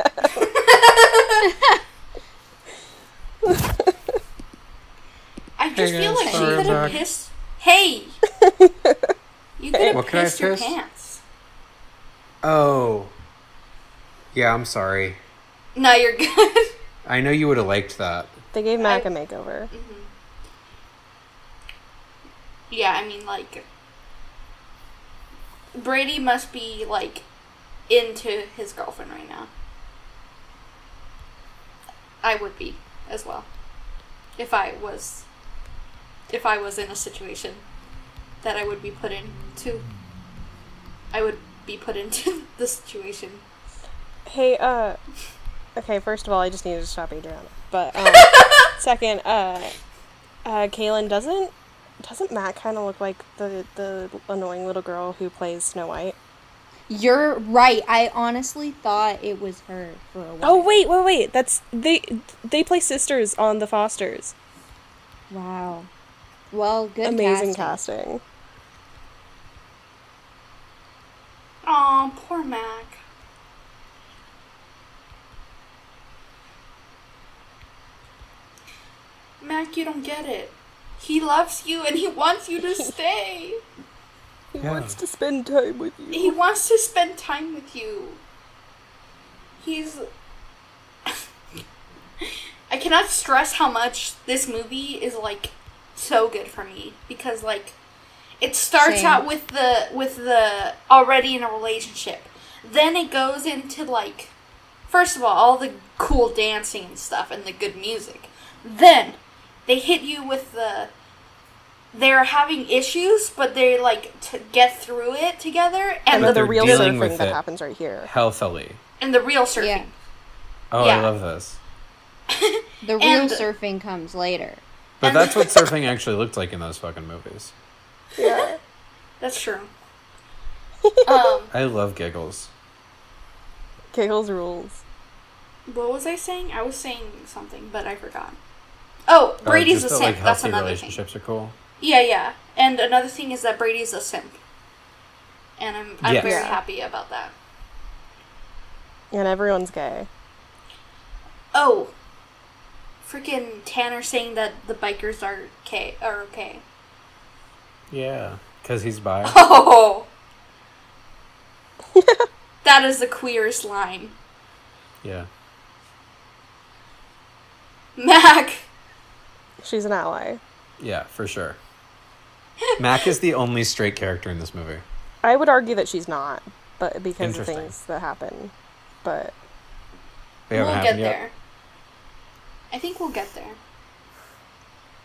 S2: I just feel
S3: guys,
S2: like she
S3: sorry,
S2: could
S3: I'm
S2: have
S3: back.
S2: pissed. Hey, you could have
S3: What can I
S2: pissed your
S3: piss?
S2: pants.
S3: Oh. Yeah, I'm sorry.
S2: No, you're good.
S3: I know you would have liked that.
S1: They gave Mac
S2: I-
S1: a makeover.
S2: Yeah, I mean, like, Brady must be, like, into his girlfriend right now. I would be as well. If I was. If I was in a situation that I would be put into. I would be put into the situation.
S1: Hey, uh, Okay, first of all, I just needed to stop Adriana. But um, second, uh, uh, Kaylin doesn't doesn't Matt kind of look like the the annoying little girl who plays Snow White?
S4: You're right. I honestly thought it was her for a while.
S1: Oh wait, wait, wait. That's they they play sisters on The Fosters.
S4: Wow. Well, good
S1: Amazing
S4: casting.
S1: casting.
S2: Aw, poor Mac. Mac, you don't get it. He loves you and he wants you to stay.
S1: He
S3: Yeah.
S1: wants to spend time with you.
S2: He wants to spend time with you. He's. I cannot stress how much this movie is like so good for me because like it starts
S4: Same.
S2: out with the with the already in a relationship. Then it goes into like first of all all the cool dancing and stuff and the good music. Then they hit you with the they're having issues but they like to get through it together and
S1: And then
S3: But
S2: the
S1: the
S3: they're
S1: real
S3: dealing
S1: surfing
S3: with
S1: that
S3: it.
S1: happens right here.
S3: Healthily.
S2: and the real surfing.
S4: Yeah.
S3: Oh, I
S2: Yeah.
S3: love this.
S4: The real
S2: And-
S4: surfing comes later.
S3: But
S2: And-
S3: that's what surfing actually looked like in those fucking movies.
S1: Yeah.
S2: That's true. um,
S3: I love giggles.
S1: Giggles rules.
S2: what was I saying? I was saying something, but I forgot. Oh, Brady's
S3: Uh,
S2: a
S3: just
S2: simp.
S3: that, like,
S2: That's
S3: healthy
S2: another thing.
S3: relationships are cool.
S2: Yeah, yeah. And another thing is that Brady's a simp, and I'm I'm
S3: Yes.
S2: very
S1: Yeah.
S2: happy about that.
S1: And everyone's gay.
S2: Oh, freaking Tanner saying that the bikers are okay are okay.
S3: Yeah, because he's bi.
S2: Oh, that is the queerest line,
S3: yeah.
S2: Mac.
S1: She's an ally.
S3: Yeah, for sure. Mac is the only straight character in this movie.
S1: I would argue that she's not, but because of
S3: Interesting.
S1: things that happen. But
S3: They
S2: we'll
S3: haven't
S2: get
S3: happened yet.
S2: there. I think we'll get there.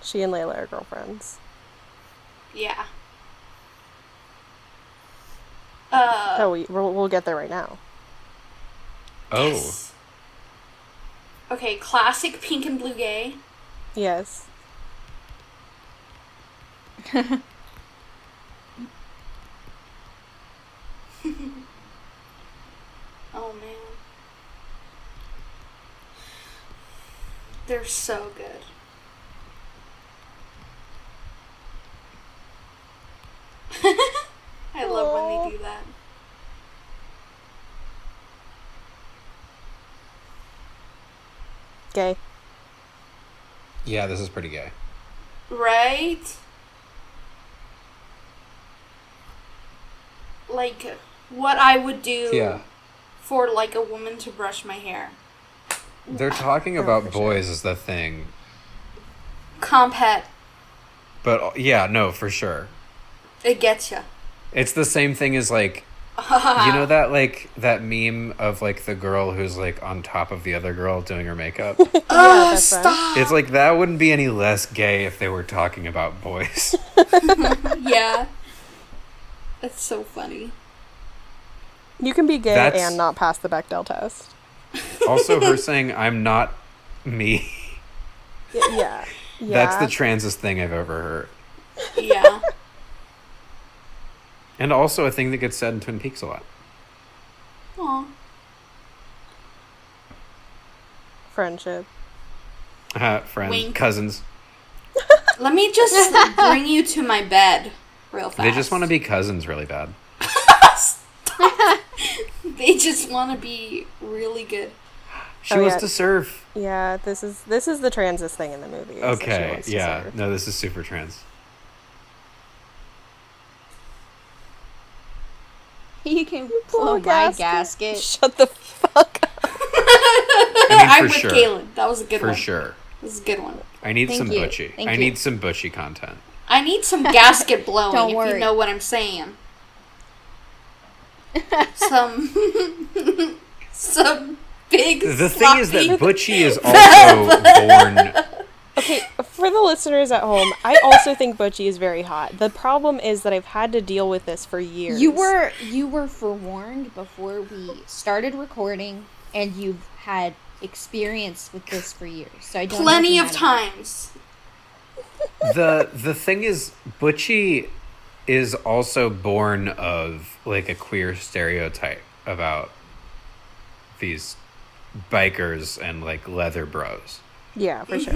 S1: she and Layla are girlfriends.
S2: Yeah. Uh,
S1: Oh, we we'll, we'll get there right now.
S3: Oh,
S2: yes. Okay, classic pink and blue gay.
S1: Yes.
S2: Oh man. They're so good. I love when
S1: Aw.
S2: they do that.
S1: Gay.
S3: yeah, this is pretty gay.
S2: Right? Like what I would do
S3: Yeah,
S2: for like a woman to brush my hair.
S3: they're
S2: Oh,
S3: talking
S1: for
S3: about
S1: sure.
S3: boys is the thing,
S2: Compet,
S3: but uh, yeah, no, for sure.
S2: it gets you.
S3: It's the same thing as like you know that like that meme of like the girl who's like on top of the other girl doing her makeup.
S1: Yeah, that's fine.
S2: stop.
S3: it's like that wouldn't be any less gay if they were talking about boys.
S2: yeah. That's so funny.
S1: You can be gay
S3: That's-
S1: and not pass the Bechdel test.
S3: also, her saying I'm not me.
S1: Y- yeah. Yeah.
S3: That's the transest thing I've ever heard.
S2: Yeah.
S3: And also a thing that gets said in Twin Peaks a lot.
S2: Aw.
S1: friendship.
S3: Uh, friends,
S2: Wink.
S3: cousins.
S2: Let me just bring you to my bed real fast.
S3: They just want to be cousins really bad.
S2: They just want to be really good.
S3: She
S1: Oh,
S3: wants
S1: yeah.
S3: to surf.
S1: Yeah, this is this is the transist thing in the movie. is that she
S3: Okay,
S1: wants to
S3: yeah.
S1: serve.
S3: No, this is super trans.
S4: You can
S1: Blow
S4: blow
S1: a
S4: Oh my
S1: gasket.
S4: gasket.
S1: Shut the fuck up.
S3: I
S2: I'm
S3: mean,
S2: with
S3: for sure.
S2: Galen. That was a good
S3: For
S2: one.
S3: sure.
S2: That was a good one.
S3: I need
S4: Thank
S3: some
S4: you.
S3: butchie.
S4: Thank
S3: I
S4: you.
S3: need some butchie content.
S2: I need some gasket blowing
S4: Don't
S2: if you
S4: worry.
S2: know what I'm saying. some some big
S3: The thing is that
S2: sloppy-
S3: butchie is also born.
S1: Okay, for the listeners at home, I also think Butchie is very hot. The problem is that I've had to deal with this for years.
S4: You were you were forewarned before we started recording, and you've had experience with this for years, so I don't. know
S2: Plenty
S4: if
S2: of
S4: I'm mad
S2: times.
S3: the the thing is Butchie is also born of like a queer stereotype about these bikers and like leather bros.
S1: Yeah, for sure.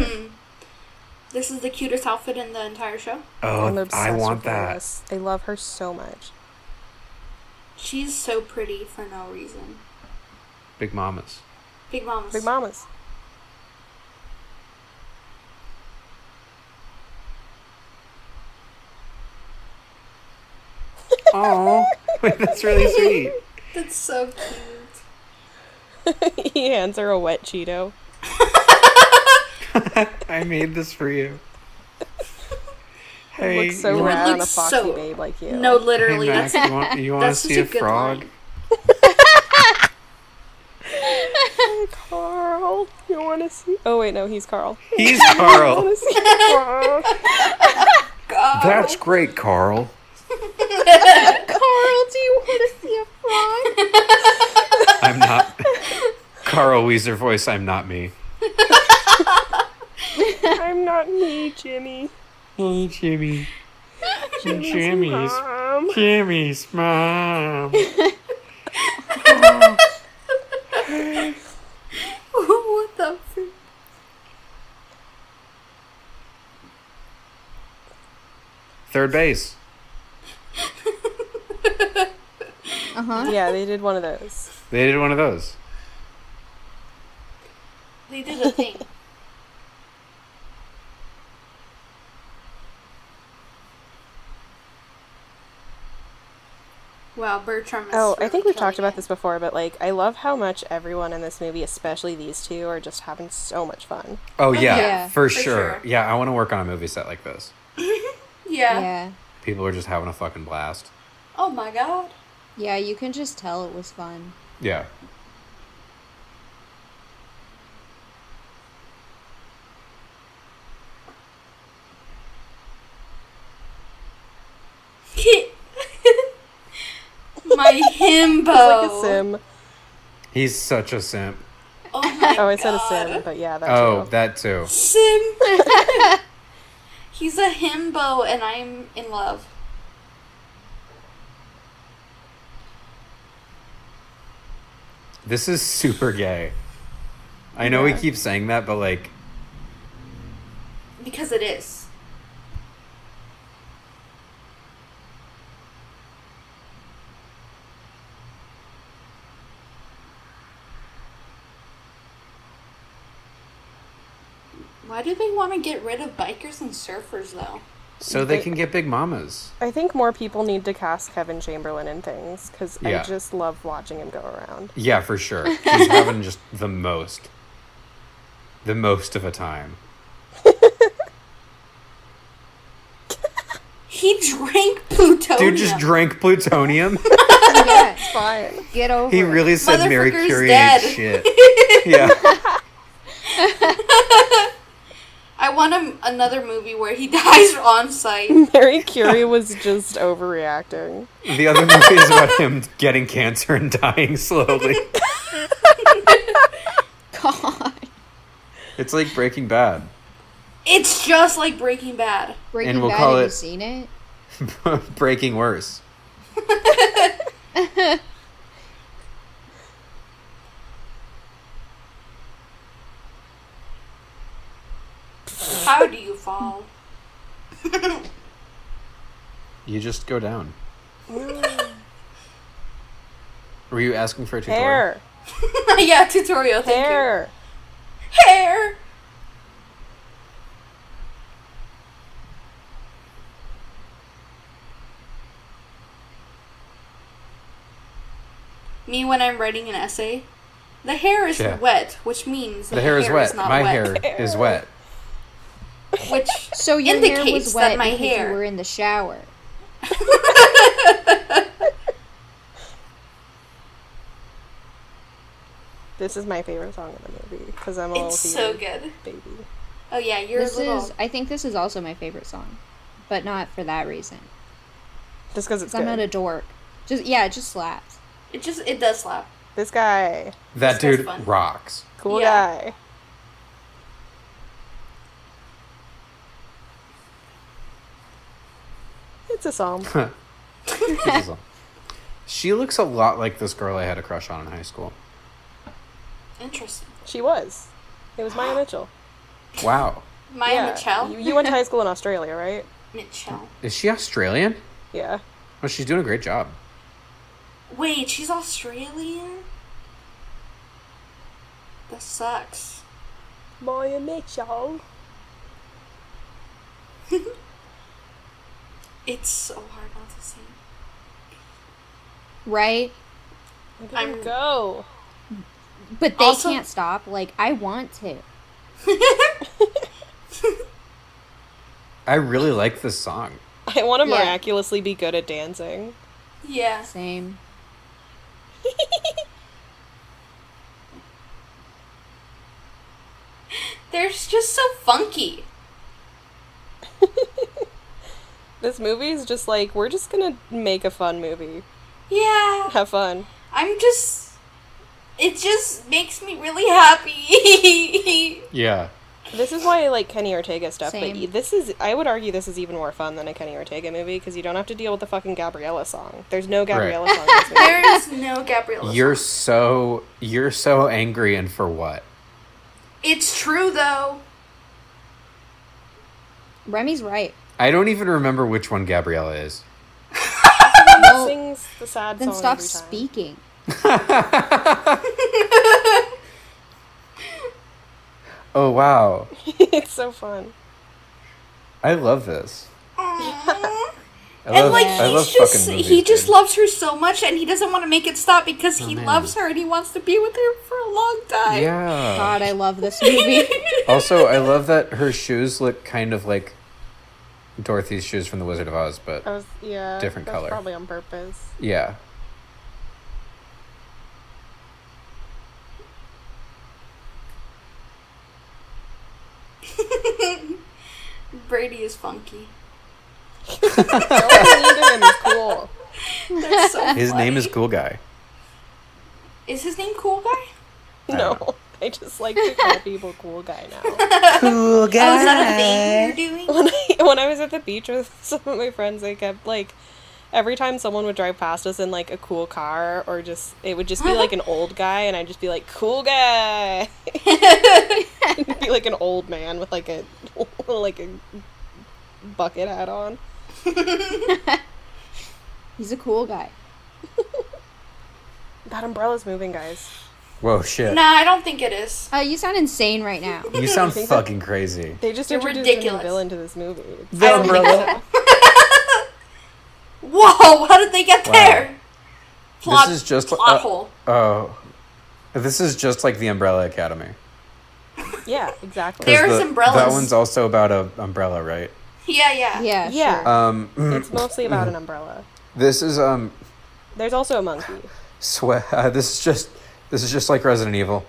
S2: This is the cutest outfit in the entire show.
S1: I'm
S3: Oh,
S1: obsessed
S3: I want
S1: with
S3: that.
S1: Lois. I love her so much.
S2: She's so pretty for no reason.
S3: Big Mamas.
S2: Big Mama's.
S1: Big mamas.
S3: Oh, that's really sweet.
S2: That's so cute.
S1: he hands her a wet Cheeto.
S3: I made this for you. Hey,
S1: Looks so
S3: you want,
S1: rad on a
S2: looks
S1: foxy
S2: so-
S1: babe like you.
S2: No,
S3: hey,
S2: literally.
S3: Mac,
S2: That's,
S3: you want, you want
S2: that's
S3: to
S2: such a
S3: see a
S2: good
S3: frog?
S2: line.
S1: Carl, you want to see? Oh wait, no, he's Carl.
S3: He's Carl.
S1: Wanna see Carl?
S3: That's great, Carl.
S4: Carl, do you want to see a frog?
S3: I'm not Carl Weezer voice. I'm not me.
S1: I'm not me, Jimmy.
S3: Hey, Oh, Jimmy. Jimmy's
S1: Um,
S3: Jimmy's mom.
S2: what the freak?
S3: Third base.
S4: Uh huh.
S1: yeah, they did one of those.
S3: They did one of those.
S2: They did a thing. wow, Bertram is.
S1: Oh, I
S2: really
S1: think we've
S2: killing
S1: talked about
S2: it.
S1: this before, but like, I love how much everyone in this movie, especially these two, are just having so much fun.
S3: Oh yeah,
S4: yeah,
S3: for,
S2: for
S3: sure.
S2: sure.
S3: Yeah, I want to work on a movie set like this.
S2: Yeah.
S4: Yeah.
S3: People are just having a fucking blast.
S2: Oh my god.
S4: Yeah, you can just tell it was fun.
S3: Yeah.
S2: my himbo.
S1: Like a sim.
S3: He's such a simp.
S2: Oh my
S1: Oh, I said a
S2: God.
S1: sim, but yeah, that
S3: Oh,
S1: too.
S3: that too.
S2: Sim. He's a himbo, and I'm in love.
S3: This is super gay. I know we
S1: Yeah.
S3: keep saying that, but like,
S2: Because it is. Why do they want to get rid of bikers and surfers though?
S3: so they can get big mamas.
S1: I think more people need to cast Kevin Chamberlain in things because
S3: Yeah.
S1: I just love watching him go around.
S3: Yeah, for sure. He's having just the most, the most of a time.
S2: He drank plutonium.
S3: Dude just drank plutonium.
S4: Yeah,
S1: Fine.
S4: get over
S3: He
S4: it.
S3: really said Mary
S2: Motherfucker's
S3: Curie
S2: dead.
S3: ain't shit. Yeah.
S2: I want him another movie where he dies on site.
S3: Mm.
S1: Mary Curie was just overreacting.
S3: The other movie is about him getting cancer and dying slowly.
S4: God.
S3: It's like Breaking Bad.
S2: It's just like Breaking Bad.
S4: Breaking
S3: we'll
S4: Bad,
S3: call
S4: have
S3: it-
S4: you seen it?
S3: Breaking worse.
S2: How do you fall?
S3: You just go down. Were you asking for a tutorial?
S1: Hair,
S2: yeah, tutorial. Thank
S1: hair.
S2: you. Hair. Me when I'm writing an essay, the hair is
S3: Yeah.
S2: wet, which means that
S3: The hair is wet.
S2: not
S3: My
S2: wet,
S3: hair is wet.
S2: which
S4: So your hair
S2: Indicates
S4: was
S2: that
S4: wet
S2: my
S4: because
S2: hair-
S4: you were in the shower.
S1: This is my favorite song in the movie because I'm a little
S2: it's so
S1: theater
S2: good.
S1: baby.
S2: Oh yeah, you're
S4: This
S2: a little.
S4: is, I think this is also my favorite song, but not for that reason.
S1: Just because it's
S4: 'Cause I'm
S1: good.
S4: not a dork. Just yeah, it just slaps.
S2: It just it does slap.
S1: This guy,
S3: That
S2: This guy's
S3: dude
S2: fun.
S3: rocks.
S1: Cool
S2: Yeah.
S1: guy. It's a psalm.
S3: This is all. she looks a lot like this girl I had a crush on in high school.
S2: Interesting.
S1: she was. It was Maya Mitchell.
S3: Wow.
S2: Maya Mitchell.
S1: You, you went to high school in Australia, right?
S2: Mitchell.
S3: Is she Australian?
S1: Yeah.
S3: Well, she's doing a great job.
S2: Wait, she's Australian? That sucks.
S1: Maya Mitchell.
S2: It's so hard not to sing.
S4: right?
S1: Look at
S2: I'm-
S1: him go.
S4: But they
S2: Also-
S4: can't stop. Like I want to.
S3: I really like this song.
S1: I want to
S4: Yeah.
S1: miraculously be good at dancing.
S2: Yeah.
S4: Same.
S2: They're just so funky.
S1: This movie is just like, we're just gonna make a fun movie.
S2: Yeah.
S1: Have fun.
S2: I'm just. It just makes me really happy.
S3: Yeah.
S1: This is why I like Kenny Ortega stuff,
S4: Same.
S1: but this is, I would argue this is even more fun than a Kenny Ortega movie because you don't have to deal with the fucking Gabriella song. There's no Gabriella song in this movie.
S2: there is no Gabriella.
S3: You're
S2: song.
S3: so you're so angry and for what?
S2: It's true though.
S4: Remy's right.
S3: I don't even remember which one Gabriella is.
S4: Well,
S1: sings the sad
S4: then
S1: song
S4: stop
S1: every time.
S4: speaking.
S3: Oh wow.
S1: it's so fun.
S3: I love this.
S2: Aw.
S3: I
S2: and
S3: love,
S2: like
S3: I love
S2: he's just
S3: fucking movies,
S2: he just
S3: dude.
S2: loves her so much and he doesn't want to make it stop because he
S3: man.
S2: loves her and he wants to be with her for a long time.
S3: Yeah.
S4: God, I love this movie.
S3: Also, I love that her shoes look kind of like Dorothy's shoes from The Wizard of Oz, but
S2: Oh.
S1: I was, yeah.
S3: Different
S1: that's
S3: color.
S1: Probably on purpose.
S3: yeah.
S2: Brady is funky.
S1: Don't need him. It's cool.
S2: They're so
S3: His name is
S2: funny.
S3: Cool Guy.
S2: Is his name Cool Guy?
S3: don't
S1: No. I just like to call people cool guy now.
S3: Cool
S2: Oh, is that a thing you're doing?
S1: When I, when I was at the beach with some of my friends, they kept like every time someone would drive past us in like a cool car or just it would just be like an old guy and I'd just be like cool guy. It'd be like an old man with like a like a bucket hat on.
S4: He's a cool guy.
S1: That umbrella's moving, guys.
S3: Whoa, shit.
S2: Nah, I don't think it is.
S4: Uh, you sound insane right now.
S3: You sound
S1: think that-
S3: fucking crazy.
S1: They just
S2: They're
S1: introduced a new
S2: ridiculous.
S1: villain to this movie. It's-
S3: The
S2: don't think
S3: umbrella.
S2: Whoa, how did they get
S3: Wow.
S2: there? Plot,
S3: This is just
S2: plot
S3: uh,
S2: hole.
S3: Oh, this is just like the Umbrella Academy. 'Cause
S1: Yeah, exactly.
S2: They're- There's
S3: the- That
S2: umbrellas.
S3: one's also about a umbrella, right?
S2: Yeah, yeah.
S4: Yeah.
S1: Yeah.
S4: sure.
S3: Um,
S1: it's mostly about an umbrella.
S3: this is um,
S1: There's also a monkey.
S3: swe- uh, This is just this is just like Resident Evil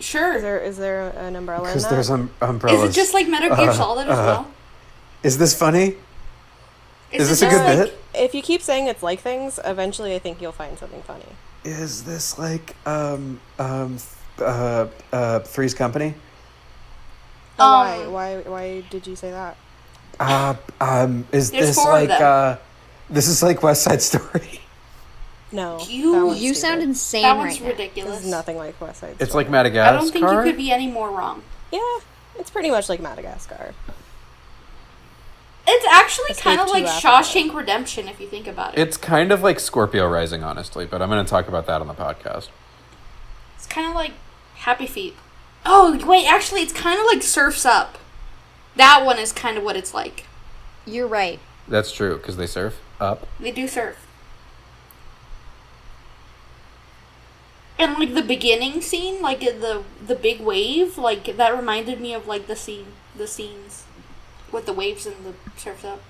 S1: Is
S2: Sure.
S1: there is there an umbrella? in
S3: because
S1: that?
S3: there's um,
S2: Is
S3: umbrellas.
S2: it just like Metal Gear
S3: uh-huh,
S2: Solid as well?
S3: Is this funny?
S2: it
S3: Is this a
S2: just
S3: good
S2: like-
S3: bit?
S1: If you keep saying it's like things, eventually I think you'll find something funny.
S3: Is this like um um uh uh Three's Company?
S1: But
S2: Um,
S1: why? Why? Why did you say that?
S3: Uh, um, is
S2: There's
S3: this
S2: four of
S3: like
S2: them.
S3: uh, this is like West Side Story?
S1: No,
S2: You-
S1: that one's
S4: You
S1: stupid.
S4: sound insane
S2: That one's
S4: right now.
S2: ridiculous.
S1: This is nothing like West Side.
S3: It's
S1: Story.
S3: like
S2: I
S3: Madagascar.
S2: don't think you could be any more wrong.
S1: yeah, it's pretty much like Madagascar.
S2: It's actually
S1: Escape
S2: kind of
S1: to
S2: like
S1: Africa.
S2: Shawshank Redemption if you think about it.
S3: It's kind of like Scorpio Rising, honestly, but I'm going to talk about that on the podcast.
S2: It's kind of like Happy Feet. Oh, wait, actually, it's kind of like Surf's Up. That one is kind of what it's like.
S4: You're right.
S3: That's true because they surf up.
S2: They do surf. And like the beginning scene, like the the big wave, like that reminded me of like the scene, the scenes with the waves and the surf's up.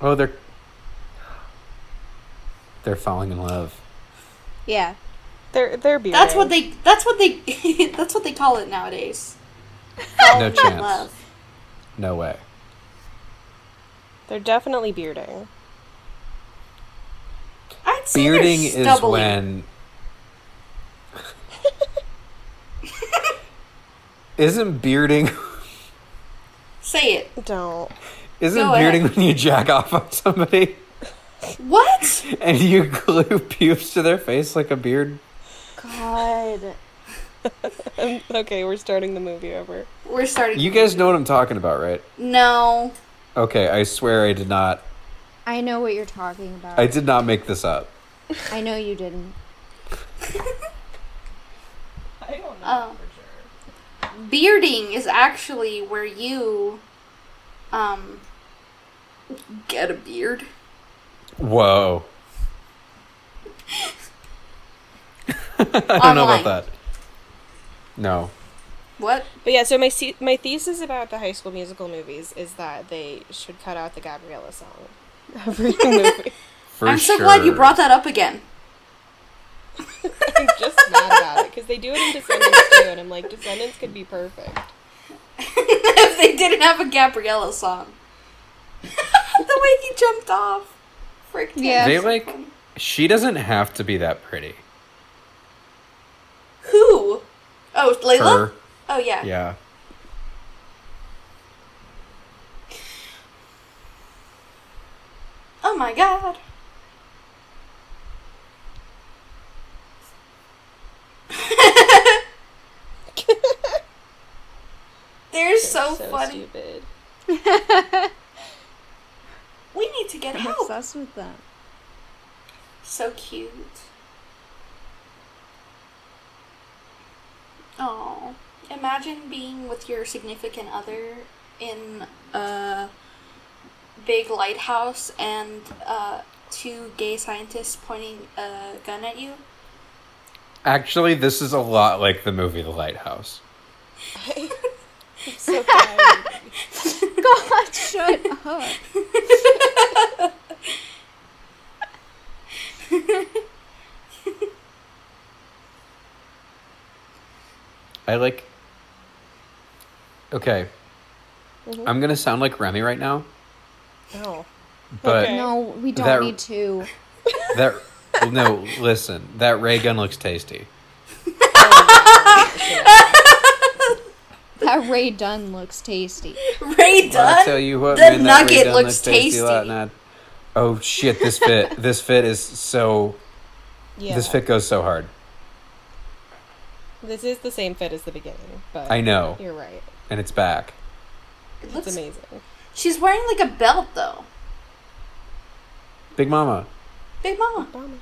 S3: Oh, they're they're falling in love.
S4: Yeah.
S1: They're they're bearding.
S2: That's what they. That's what they. that's what they call it nowadays.
S3: No
S2: Falling in
S3: chance.
S2: love.
S3: No way.
S1: They're definitely bearding.
S2: I I'd say they're
S3: Bearding is
S2: stubbly.
S3: when. Isn't bearding
S2: Say it.
S1: Don't.
S3: isn't
S2: Go ahead.
S3: bearding when you jack off on somebody
S2: What?
S3: and you glue pubes to their face like a beard?
S4: God.
S1: Um, okay, we're starting the movie over.
S2: We're starting.
S3: You guys know what I'm talking about, right?
S2: No.
S3: Okay, I swear I did not
S4: I know what you're talking about.
S3: I did not make this up.
S4: I know you didn't.
S1: I don't know
S2: Oh.
S1: for sure.
S2: Bearding is actually where you, um, get a beard.
S3: Whoa. I don't know
S2: Online.
S3: about that. No.
S2: What?
S1: But yeah, so my se- my thesis about the High School Musical movies is that they should cut out the Gabriella song. Every movie.
S3: For
S2: I'm so
S3: sure.
S2: glad you brought that up again.
S1: I'm just mad about it because they do it in Descendants too, and I'm like, Descendants could be perfect.
S2: if they didn't have a Gabriella song, the way he jumped off, freaked me
S4: Yeah.
S2: out.
S3: They like she doesn't have to be that pretty.
S2: Who? Oh, Layla.
S3: Her.
S2: Oh yeah.
S3: Yeah.
S2: Oh my god. They're so,
S1: so
S2: funny.
S1: stupid.
S2: We need to get
S4: I'm
S2: help.
S4: obsessed with them.
S2: So cute. Oh, imagine being with your significant other in a big lighthouse and uh, two gay scientists pointing a gun at you.
S3: Actually, this is a lot like the movie The Lighthouse.
S1: I'm so tired.
S4: God, shut up.
S3: I like Okay.
S2: Mm-hmm.
S1: Mhm.
S3: I'm going to sound like Remy right now,
S1: No.
S3: but
S1: Okay.
S4: No, we don't
S3: That-
S4: need to.
S3: that no, listen. That ray gun looks tasty.
S4: That Ray Dunn looks tasty.
S2: Ray
S3: Well, I
S2: Dunn?
S3: tell you what,
S2: the
S3: man, that
S2: nugget
S3: Ray Dunn
S2: looks tasty.
S3: last night. oh shit, this fit, this fit is so.
S1: Yeah.
S3: This fit goes so hard.
S1: This is the same fit as the beginning, but
S3: I know,
S1: you're right.
S3: and it's back.
S2: It
S1: It's
S2: looks,
S1: amazing.
S2: she's wearing like a belt though.
S3: Big Mama.
S2: Big Mama.
S1: Mama.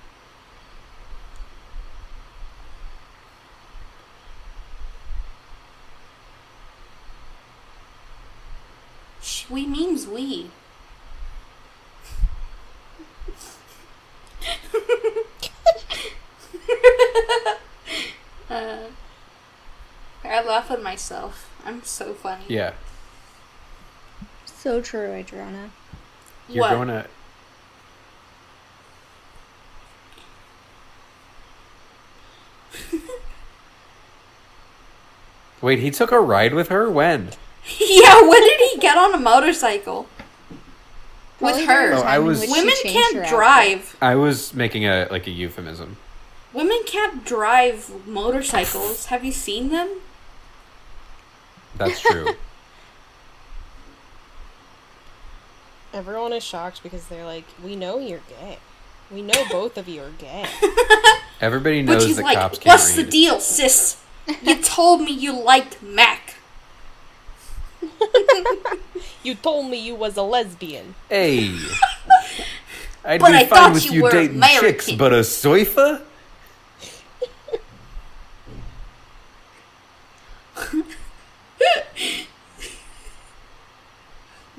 S2: Sh- We means we. uh, I laugh at myself. I'm so funny.
S3: Yeah,
S4: So true, Adriana.
S3: you're
S2: What?
S3: going to. Wait, he took a ride with her when?
S2: yeah, when did he get on a motorcycle?
S4: Probably
S2: With
S4: there
S2: her.
S4: a
S3: Oh, I
S4: time in
S3: was-
S4: which she
S2: Women
S4: changed her
S2: can't
S4: outfit.
S2: drive.
S3: I was making a like a euphemism.
S2: Women can't drive motorcycles. Have you seen them?
S3: That's true.
S1: Everyone is shocked because they're like, "We know you're gay. We know both of you are gay."
S3: Everybody
S2: But
S3: knows
S2: she's
S3: that cops
S2: like,
S3: can't
S2: what's the
S3: read.
S2: deal, sis? You told me you liked Mac.
S1: you told me you was a lesbian.
S3: Hey. I'd
S2: But
S3: be
S2: I
S3: fine
S2: thought
S3: with
S2: you
S3: you,
S2: were
S3: dating chicks,
S2: American.
S3: but a soifa?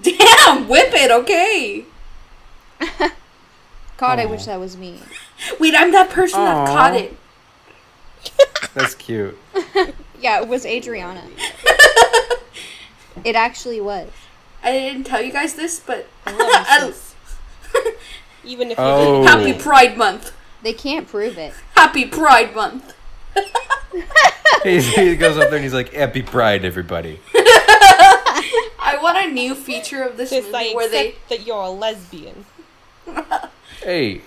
S2: Damn, whip it, okay.
S4: God, I
S3: Aw.
S4: wish that was me.
S2: Wait, I'm that person
S3: Aw.
S2: that caught it.
S3: That's cute.
S4: Yeah, it was Adriana. it actually was.
S2: I didn't tell you guys this, but
S1: I
S2: Oh.
S1: love you, sis. Even if you
S3: Oh.
S1: didn't.
S2: happy Pride Month.
S4: They can't prove it.
S2: Happy Pride Month.
S3: He- he goes up there and he's like, "Happy Pride, everybody."
S2: I want a new feature of this
S1: Sis, I
S2: movie
S1: accept
S2: where they
S1: that you're a lesbian.
S3: Hey,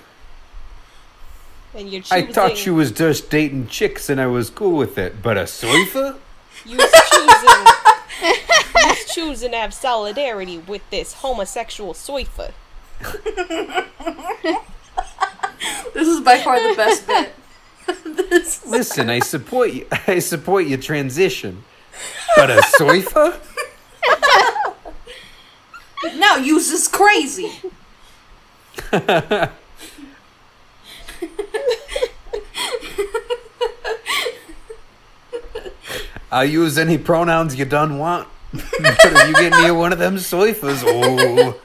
S1: And you're
S3: I
S1: choosing.
S3: thought she was just dating chicks and I was cool with it, but a soifa?
S1: You was choosing. you was choosing to have solidarity with this homosexual soifa.
S2: This is by far the best bit. this is-
S3: Listen, I support you. I support your transition, but a soifa?
S2: no, you is crazy.
S3: I use any pronouns you done want. but if you get near one of them soifas, oh,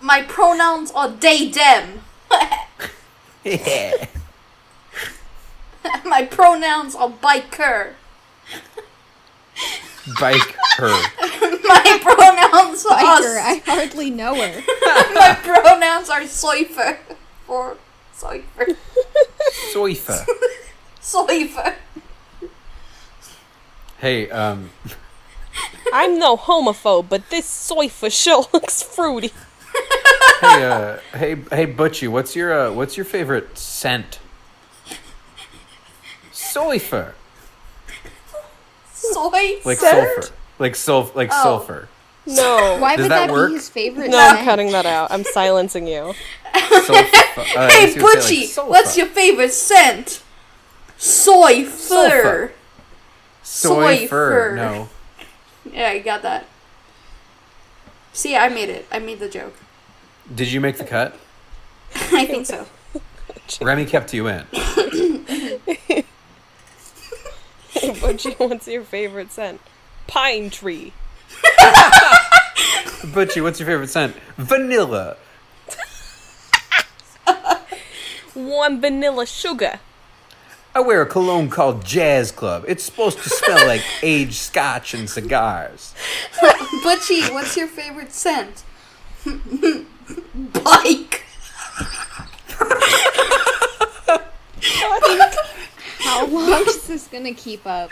S2: My pronouns are they them.
S3: yeah.
S2: My pronouns are biker.
S3: bike her.
S2: My pronouns are
S4: Biker, I hardly know her.
S2: My pronouns are soifer. Or soifer.
S3: Soifa.
S2: Soifer.
S3: Hey, um,
S1: I'm no homophobe, but this soifa sure looks fruity.
S3: hey, uh, hey, hey, Butchie, what's your uh, what's your favorite scent? Soifer,
S2: Soy.
S3: like
S1: Scent?
S3: sulfur, like sulf, like
S2: Oh.
S3: sulfur,
S1: No.
S4: Why
S3: Does
S4: would
S3: that
S4: that,
S3: work?
S4: be his favorite?
S1: No, I'm
S4: scent?
S1: cutting that out. I'm silencing you.
S3: Sulfa- uh, I
S2: Hey,
S3: guess you would say,
S2: Butchie,
S3: like,
S2: what's
S3: sulfa.
S2: your favorite scent? Soy
S3: Sulfur.
S2: fur.
S3: soy
S2: soy
S3: fur?
S2: fur?
S3: No,
S2: Yeah, I got that. See, I made it. I made the joke.
S3: did you make the cut?
S2: I think so.
S3: Remy kept you in.
S1: Butchie, what's your favorite scent? Pine tree.
S3: Butchie, what's your favorite scent? Vanilla.
S1: One vanilla sugar.
S3: I wear a cologne called Jazz Club. It's supposed to smell like aged scotch and cigars.
S2: Butchie, what's your favorite scent? Bike.
S4: How long is this gonna keep up?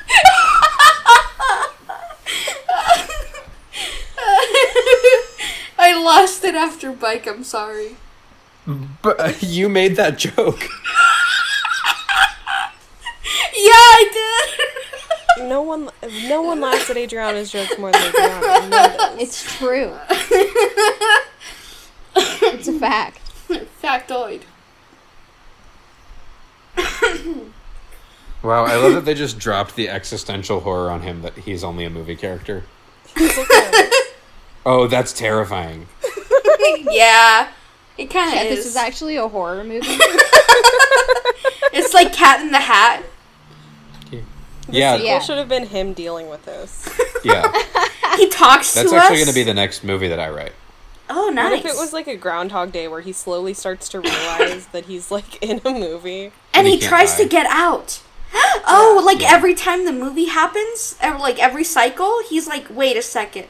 S2: I lost it after bike. I'm sorry.
S3: But uh, you made that joke.
S2: Yeah, I did.
S1: No one, no one laughs at Adriana's jokes more than Adriana. You know that.
S4: It's true. it's a fact.
S2: Factoid.
S3: Wow, I love that they just dropped the existential horror on him that he's only a movie character. Oh, that's terrifying.
S2: yeah, it kind of
S4: Yeah,
S2: is.
S4: this is actually a horror movie.
S2: It's like Cat in the Hat.
S3: Yeah,
S4: Yeah.
S1: It should have been him dealing with this.
S3: yeah.
S2: He talks
S3: That's
S2: to
S3: actually
S2: us.
S3: going to be the next movie that I write.
S2: Oh, nice.
S1: What if it was like a Groundhog Day where he slowly starts to realize that he's like in a movie?
S2: and
S3: he
S2: he
S3: can't
S2: tries
S3: die.
S2: to get out. oh, like
S3: Yeah.
S2: every time the movie happens, ev- like every cycle, he's like, "Wait a second,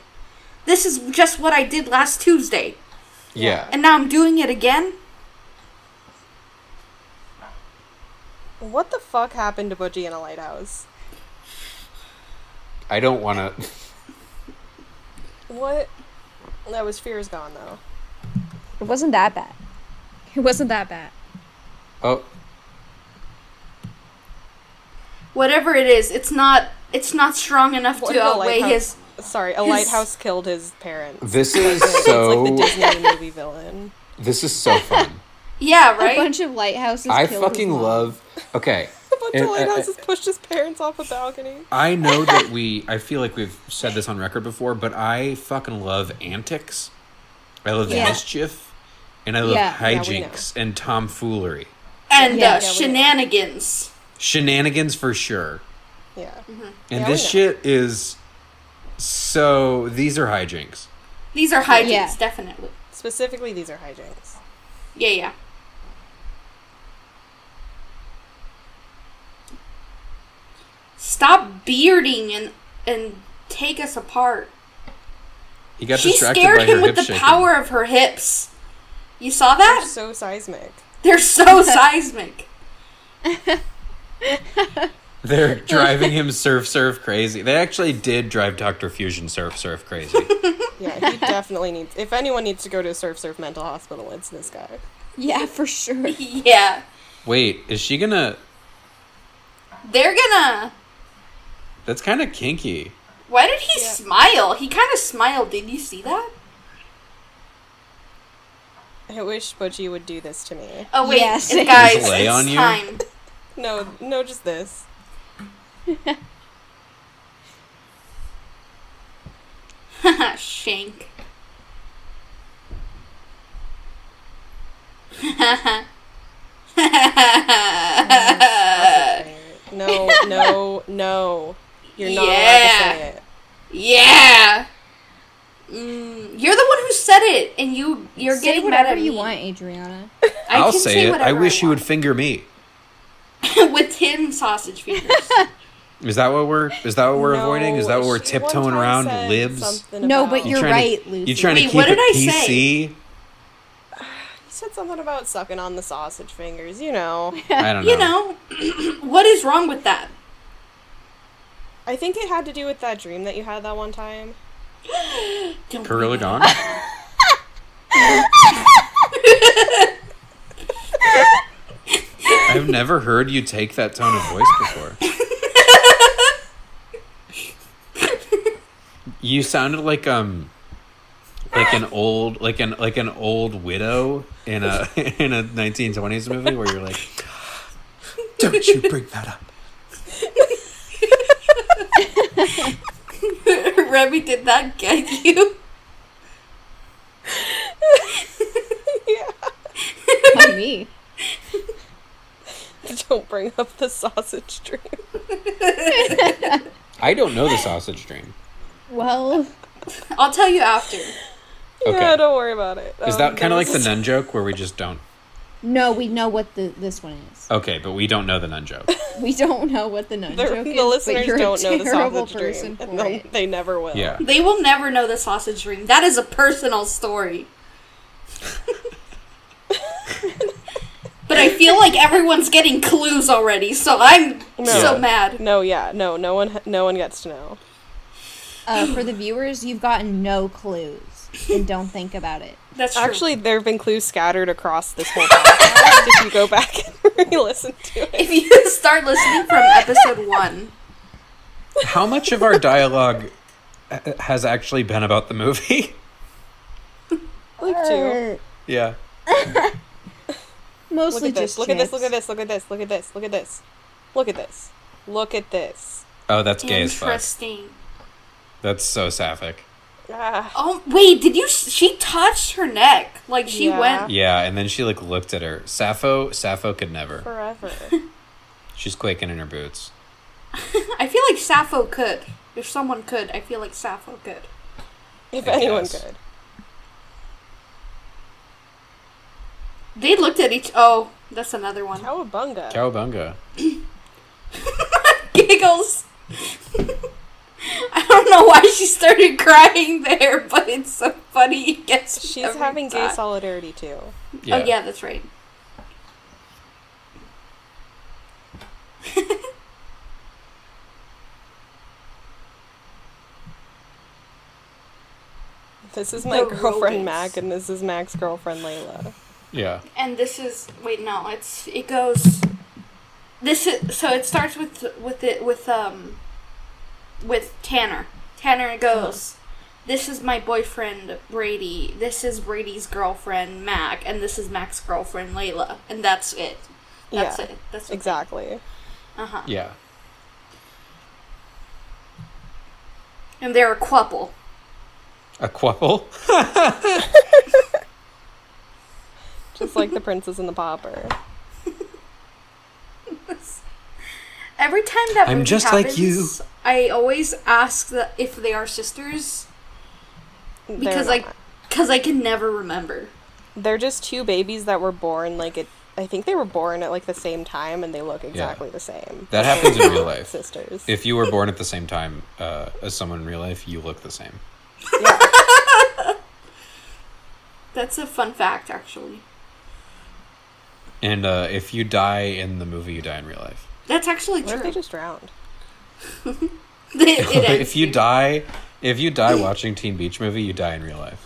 S2: this is just what I did last Tuesday,
S3: Yeah.
S2: and now I'm doing it again."
S1: What the fuck happened to Budgie in a lighthouse?
S3: I don't want to.
S1: What? That was Fear's Gone though.
S4: It wasn't that bad. It wasn't that bad.
S3: Oh,
S2: Whatever it is, it's not it's not strong enough
S1: What
S2: to
S1: did a
S2: outweigh his.
S1: lighthouse- Sorry, a lighthouse killed his parents.
S3: this is
S1: It's like
S3: so.
S1: the Disney movie villain.
S3: This is so fun.
S2: Yeah,
S4: A
S2: right.
S4: bunch of lighthouses.
S3: I
S4: killed his
S3: fucking
S4: mom.
S3: love. Okay.
S1: A bunch
S3: And-
S1: of
S3: and-
S1: lighthouses pushed his parents off a balcony.
S3: I know that we. I feel like we've said this on record before, but I fucking love antics. I love
S4: Yeah.
S3: mischief, and I love
S4: Yeah,
S1: yeah, we know.
S3: hijinks and tomfoolery,
S2: And
S4: Yeah,
S2: uh,
S4: yeah, we-
S2: shenanigans.
S3: shenanigans for sure.
S1: Yeah.
S2: Mm-hmm.
S3: And
S1: Yeah, we
S3: this
S1: know.
S3: shit is so. These are hijinks.
S2: These are hijinks,
S4: Yeah.
S2: definitely.
S1: Specifically, these are hijinks.
S2: Yeah, yeah. Stop bearding and and take us apart.
S3: He got
S2: She
S3: distracted
S2: scared
S3: by
S2: him
S3: her
S2: with
S3: hip
S2: the
S3: shaking.
S2: power of her hips. You saw
S1: They're
S2: that?
S1: so seismic.
S2: They're so seismic.
S3: They're driving him surf surf crazy. They actually did drive Dr. Fusion surf surf crazy.
S1: Yeah, he definitely needs. If anyone needs to go to a surf surf mental hospital, it's this guy.
S4: Yeah, for sure.
S2: yeah.
S3: Wait, is she gonna.
S2: They're gonna.
S3: That's kind of kinky.
S2: Why did he
S1: Yeah.
S2: smile? He kind of smiled. Did you see that?
S1: I wish Butchie would do this to me.
S2: Oh wait,
S4: Yeah,
S2: it's
S4: same.
S2: guys,
S3: Just lay
S2: it's
S3: on you?
S2: time.
S1: No, no, just this.
S2: Shank. Uh.
S1: No, no, no. You're not allowed to say it.
S2: Yeah. yeah. Mm, you're the one who said it, and you you're
S4: Say
S2: getting mad
S4: whatever
S2: at
S4: you
S2: me.
S4: want, Adriana.
S2: I
S3: I'll
S2: can
S3: say, it. I
S2: whatever
S3: wish you would
S2: want.
S3: finger me.
S2: with tin sausage fingers.
S3: Is that what we're? Is that what we're avoiding? Is that what
S1: No,
S3: we're
S1: she one
S3: tiptoeing
S1: time
S3: around
S1: said
S3: libs?
S1: something
S4: No,
S1: about-
S4: but
S1: you
S4: you're
S3: trying to-
S4: right, Lucy.
S3: You trying to
S2: Wait,
S3: keep
S2: what
S3: it
S2: did I say?
S3: PC?
S1: said something about sucking on the sausage fingers. You know,
S3: I don't know.
S2: you know, what is wrong with that?
S1: I think it had to do with that dream that you had that one time.
S2: Don't
S3: Gorilla
S2: be-
S3: Gone. I've never heard you take that tone of voice before. You sounded like um like an old like an like an old widow in a in a 1920s movie where you're like don't you bring that up.
S2: Remy, did that get you?
S1: yeah.
S4: Why me?
S1: Don't bring up the sausage dream.
S3: I don't know the sausage dream.
S4: Well,
S2: I'll tell you after.
S3: Okay.
S1: Yeah, don't worry about it.
S3: Is
S1: Um,
S3: that kind of like the
S1: there's-
S3: nun joke where we just don't?
S4: no, we know what the this one is.
S3: Okay, but we don't know the nun joke.
S4: We don't know what the nun
S1: The,
S4: joke
S1: the
S4: is.
S1: listeners
S4: but you're
S1: don't
S4: a
S1: know the
S4: terrible
S1: sausage
S4: person
S1: dream. and
S4: for
S1: they'll-
S4: it.
S1: They never will.
S3: Yeah.
S2: They will never know the sausage dream. That is a personal story. but I feel like everyone's getting clues already, so I'm
S1: No.
S2: so mad.
S1: No, yeah, no, no one, no one gets to know.
S4: Uh, for the viewers, you've gotten no clues, and don't think about it.
S2: That's true.
S1: Actually, there have been clues scattered across this whole podcast. if you go back and re-listen to it,
S2: if you start listening from episode one,
S3: How much of our dialogue h- has actually been about the movie?
S1: look too.
S4: Uh,
S3: yeah.
S1: Look
S4: mostly
S1: at this.
S4: just
S1: Look at this.
S4: chicks.
S1: Look at this. Look at this. Look at this. Look at this. Look at this. Look at this.
S3: Oh, that's gay as fuck.
S2: interesting.
S3: That's so sapphic.
S1: Ah,
S2: Oh wait, did you? s- She touched her neck, like she
S1: Yeah.
S2: went.
S3: Yeah, and then she like looked at her. Sappho, Sappho could never.
S1: forever.
S3: She's quaking in her boots.
S2: I feel like Sappho could. If someone could, I feel like Sappho could.
S1: If
S3: I
S1: anyone
S3: guess.
S1: could.
S2: They looked at each. Oh, that's another one.
S1: Cowabunga.
S3: Cowabunga.
S1: Oh,
S2: giggles. I don't know why she started crying there, but it's so funny. It gets me
S1: She's
S2: every
S1: having gay
S2: time.
S1: solidarity too.
S3: Yeah.
S2: Oh yeah, that's right.
S1: This is my
S2: The
S1: girlfriend
S2: rodents.
S1: Mac, and this is Mac's girlfriend Layla.
S3: Yeah.
S2: And this is wait no, it's it goes. This is so it starts with with it with um with Tanner. Tanner goes. This is my boyfriend Brady. This is Brady's girlfriend Mac, and this is Mac's girlfriend Layla, and that's it. That's
S1: Yeah,
S2: it. That's what-
S1: Exactly.
S2: Uh-huh.
S3: Yeah.
S2: And they're a couple.
S3: A quapple.
S1: Just like the princess and the pauper.
S2: Every time that
S3: I'm
S2: movie
S3: just
S2: happens,
S3: like you.
S2: I always ask that if they are sisters
S1: They're
S2: because I,
S1: not.
S2: because I can never remember.
S1: they're just two babies that were born like it. I think they were born at like the same time, and they look exactly the same.
S3: That happens in real life.
S1: Sisters.
S3: If you were born at the same time uh, as someone in real life, you look the same.
S1: yeah.
S2: That's a fun fact, actually.
S3: And uh, if you die in the movie, you die in real life.
S2: That's actually
S1: What if
S2: true.
S1: they just drowned?
S2: It- it
S3: if
S2: ends.
S3: you die, if you die watching Teen Beach Movie, you die in real life.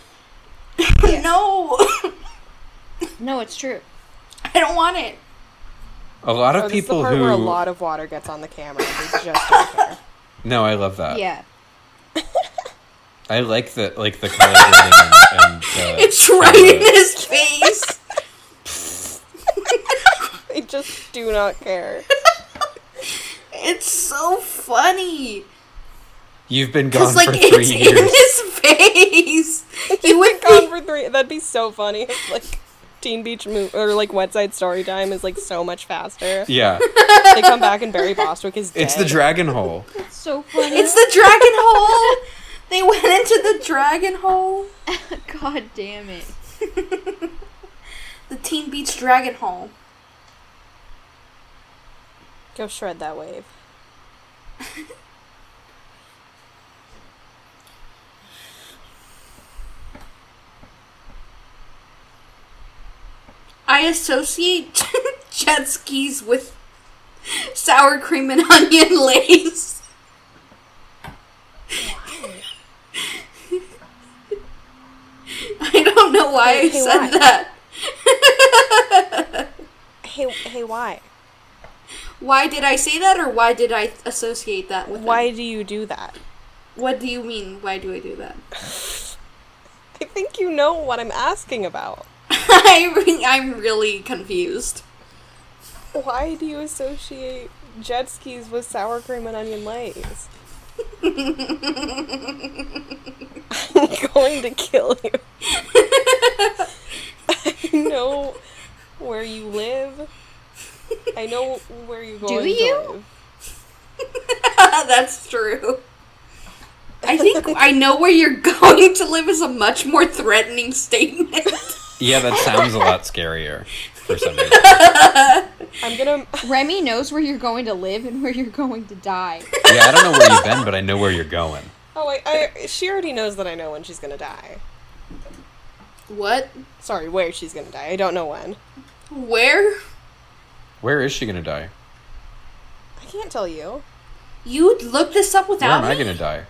S2: no,
S4: No, it's true.
S2: I don't want it.
S3: A lot of
S1: Oh, this is the
S3: people
S1: part
S3: who
S1: where a lot of water gets on the camera. They just don't care.
S3: no, I love
S1: Oh.
S3: that.
S4: Yeah.
S3: I like the like the collaborating and, and uh,
S2: It's right in his face.
S1: They just do not care.
S2: It's so funny.
S3: You've been gone
S2: Cause like
S3: for three
S2: it's
S3: years.
S2: in his face. He would
S1: Gone
S2: be
S1: for three. That'd be so funny. If, like Teen Beach move or like Wet Side Story Time is like so much faster.
S3: Yeah,
S1: They come back and Barry Bostwick is dead.
S3: it's the dragon hole.
S4: It's so funny.
S2: It's the dragon hole. They went into the dragon hole.
S4: God damn it.
S2: The Teen Beach Dragon Hole.
S1: Go shred that wave.
S2: I associate jet skis with sour cream and onion lace. I don't know why
S1: Hey,
S2: I
S1: hey,
S2: said
S1: why?
S2: that.
S1: Hey, hey, why?
S2: Why did I say that, or why did I associate that with?
S1: Why
S2: It?
S1: do you do that?
S2: What do you mean? Why do I do that?
S1: I think you know what I'm asking about.
S2: I re- I'm really confused.
S1: Why do you associate jet skis with sour cream and onion lays? I'm going to kill you. I know where you live. I know where you're going
S4: you?
S1: to live.
S2: That's true. I think I know where you're going to live is a much more threatening statement.
S3: Yeah, that sounds a lot scarier for some reason.
S1: I'm gonna
S4: Remy knows where you're going to live and where you're going to die.
S3: Yeah, I don't know where you've been, but I know where you're going.
S1: Oh I, I she already knows that I know when she's gonna die.
S2: what?
S1: Sorry, where she's gonna die. I don't know when.
S2: Where?
S3: Where is she gonna die?
S1: I can't tell you.
S2: You looked this up
S3: Where
S2: without
S3: am I
S2: me?
S3: gonna die?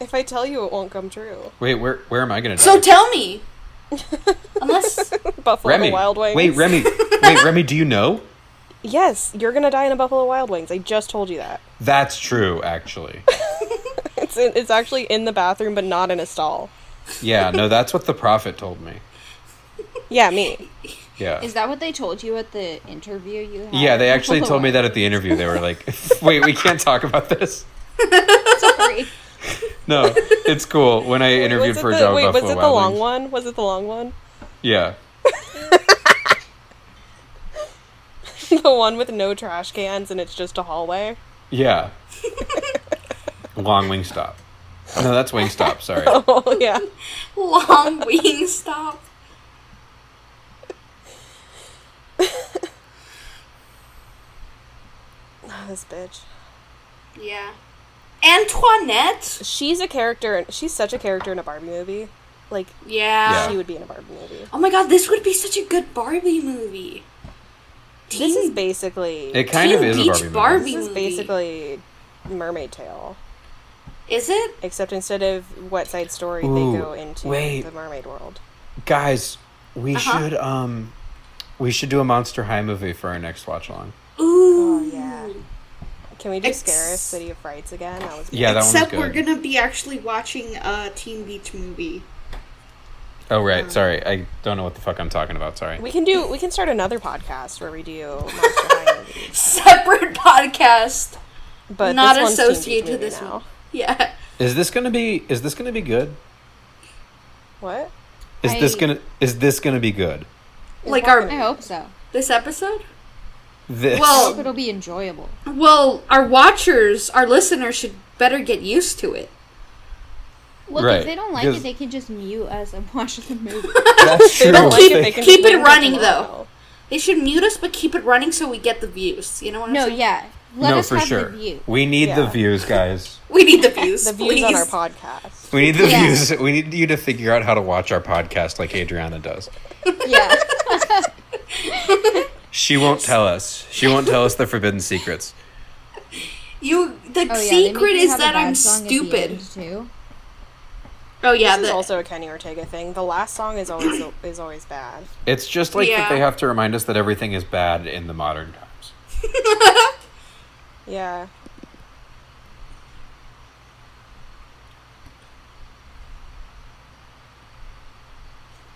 S1: If I tell you, it won't come true.
S3: Wait, where where am I gonna die?
S2: So tell me. Unless
S1: Buffalo
S3: Remy,
S1: Wild Wings.
S3: wait, Remy, wait, Remy, do you know?
S1: Yes, you're gonna die in a Buffalo Wild Wings. I just told you that.
S3: That's true, actually.
S1: It's in, it's actually in the bathroom, but not in a stall.
S3: Yeah, no, that's what the prophet told me.
S1: Yeah, me.
S3: Yeah.
S4: Is that what they told you at the interview you had?
S3: yeah, they actually told me that at the interview. They were like, "Wait, we can't talk about this."
S4: Sorry.
S3: No, it's cool. When I interviewed
S1: was it
S3: for a
S1: the,
S3: job,
S1: wait,
S3: at
S1: was
S3: Buffalo
S1: it the
S3: Wild
S1: long
S3: Wings-
S1: one? Was it the long one?
S3: Yeah,
S1: the one with no trash cans and it's just a hallway.
S3: yeah. long wing stop. No, that's wing stop. Sorry.
S1: Oh yeah.
S2: long wing stop.
S1: Oh, this bitch.
S2: Yeah. Antoinette?
S1: She's a character. She's such a character in a Barbie movie. Like
S2: Yeah.
S1: she would be in a Barbie movie.
S2: Oh my god, this would be such a good Barbie movie.
S1: This is basically
S3: It kind
S2: Teen
S3: of is
S2: Beach
S3: a Barbie.
S2: Barbie.
S3: Movie.
S1: this is
S2: movie.
S1: basically Mermaid Tale,
S2: Is it?
S1: except instead of Wet Side Story,
S3: Ooh,
S1: they go into
S3: wait.
S1: the mermaid world.
S3: Guys, we
S1: Uh-huh.
S3: should um, we should do a Monster High movie for our next watch along.
S2: Ooh.
S1: yeah. Can we do
S2: Ex-
S1: Scarif City of Frights again? That was
S3: Yeah, that
S2: Except
S3: one's
S2: we're
S3: good.
S2: gonna be actually watching a Teen Beach movie.
S3: Oh right, sorry. I don't know what the fuck I'm talking about. Sorry.
S1: We can do. We can start another podcast where we do Monster High movies,
S2: Separate podcast.
S1: but
S2: Not
S1: this one's Teen Beach
S2: associated to
S1: movie
S2: this
S1: now.
S2: one. Yeah.
S3: Is this gonna be? Is this gonna be good?
S1: What?
S3: Is this
S4: I-
S3: gonna? Is this gonna be good?
S2: Like our
S4: I hope so.
S2: this episode?
S3: This.
S4: I
S2: Well-
S4: hope it'll be enjoyable.
S2: Well, our watchers, our listeners should better get used to it.
S4: Look,
S3: Right,
S4: if they don't like
S3: because-
S4: it, they can just mute us and watch the movie.
S3: that's
S1: They
S3: true.
S1: don't like it,
S3: They-
S1: they can
S2: Keep
S1: just
S2: it
S1: leave
S2: running,
S1: tomorrow.
S2: They should mute us but keep it running so we get the views. You know what I'm
S4: no,
S2: saying?
S4: yeah. Let
S3: no,
S4: us
S3: for
S4: have
S3: sure.
S4: the view.
S3: We need the
S1: Yeah.
S3: views, guys.
S2: We need the views.
S1: The views on our
S2: please.
S1: podcast.
S3: We need the
S4: Yeah.
S3: views. We need you to figure out how to watch our podcast like Adriana does.
S4: Yeah.
S3: She won't tell us. She won't tell us the forbidden secrets.
S2: You. The
S4: Oh, yeah, they make
S2: secret
S4: you
S2: is
S4: have a
S2: that
S4: bad
S2: I'm
S4: song at the
S2: stupid.
S4: end, too.
S2: Oh yeah,
S1: this is
S2: the-
S1: also a Kenny Ortega thing. The last song is always is always bad.
S3: It's just like
S2: Yeah.
S3: that they have to remind us that everything is bad in the modern times.
S1: Yeah.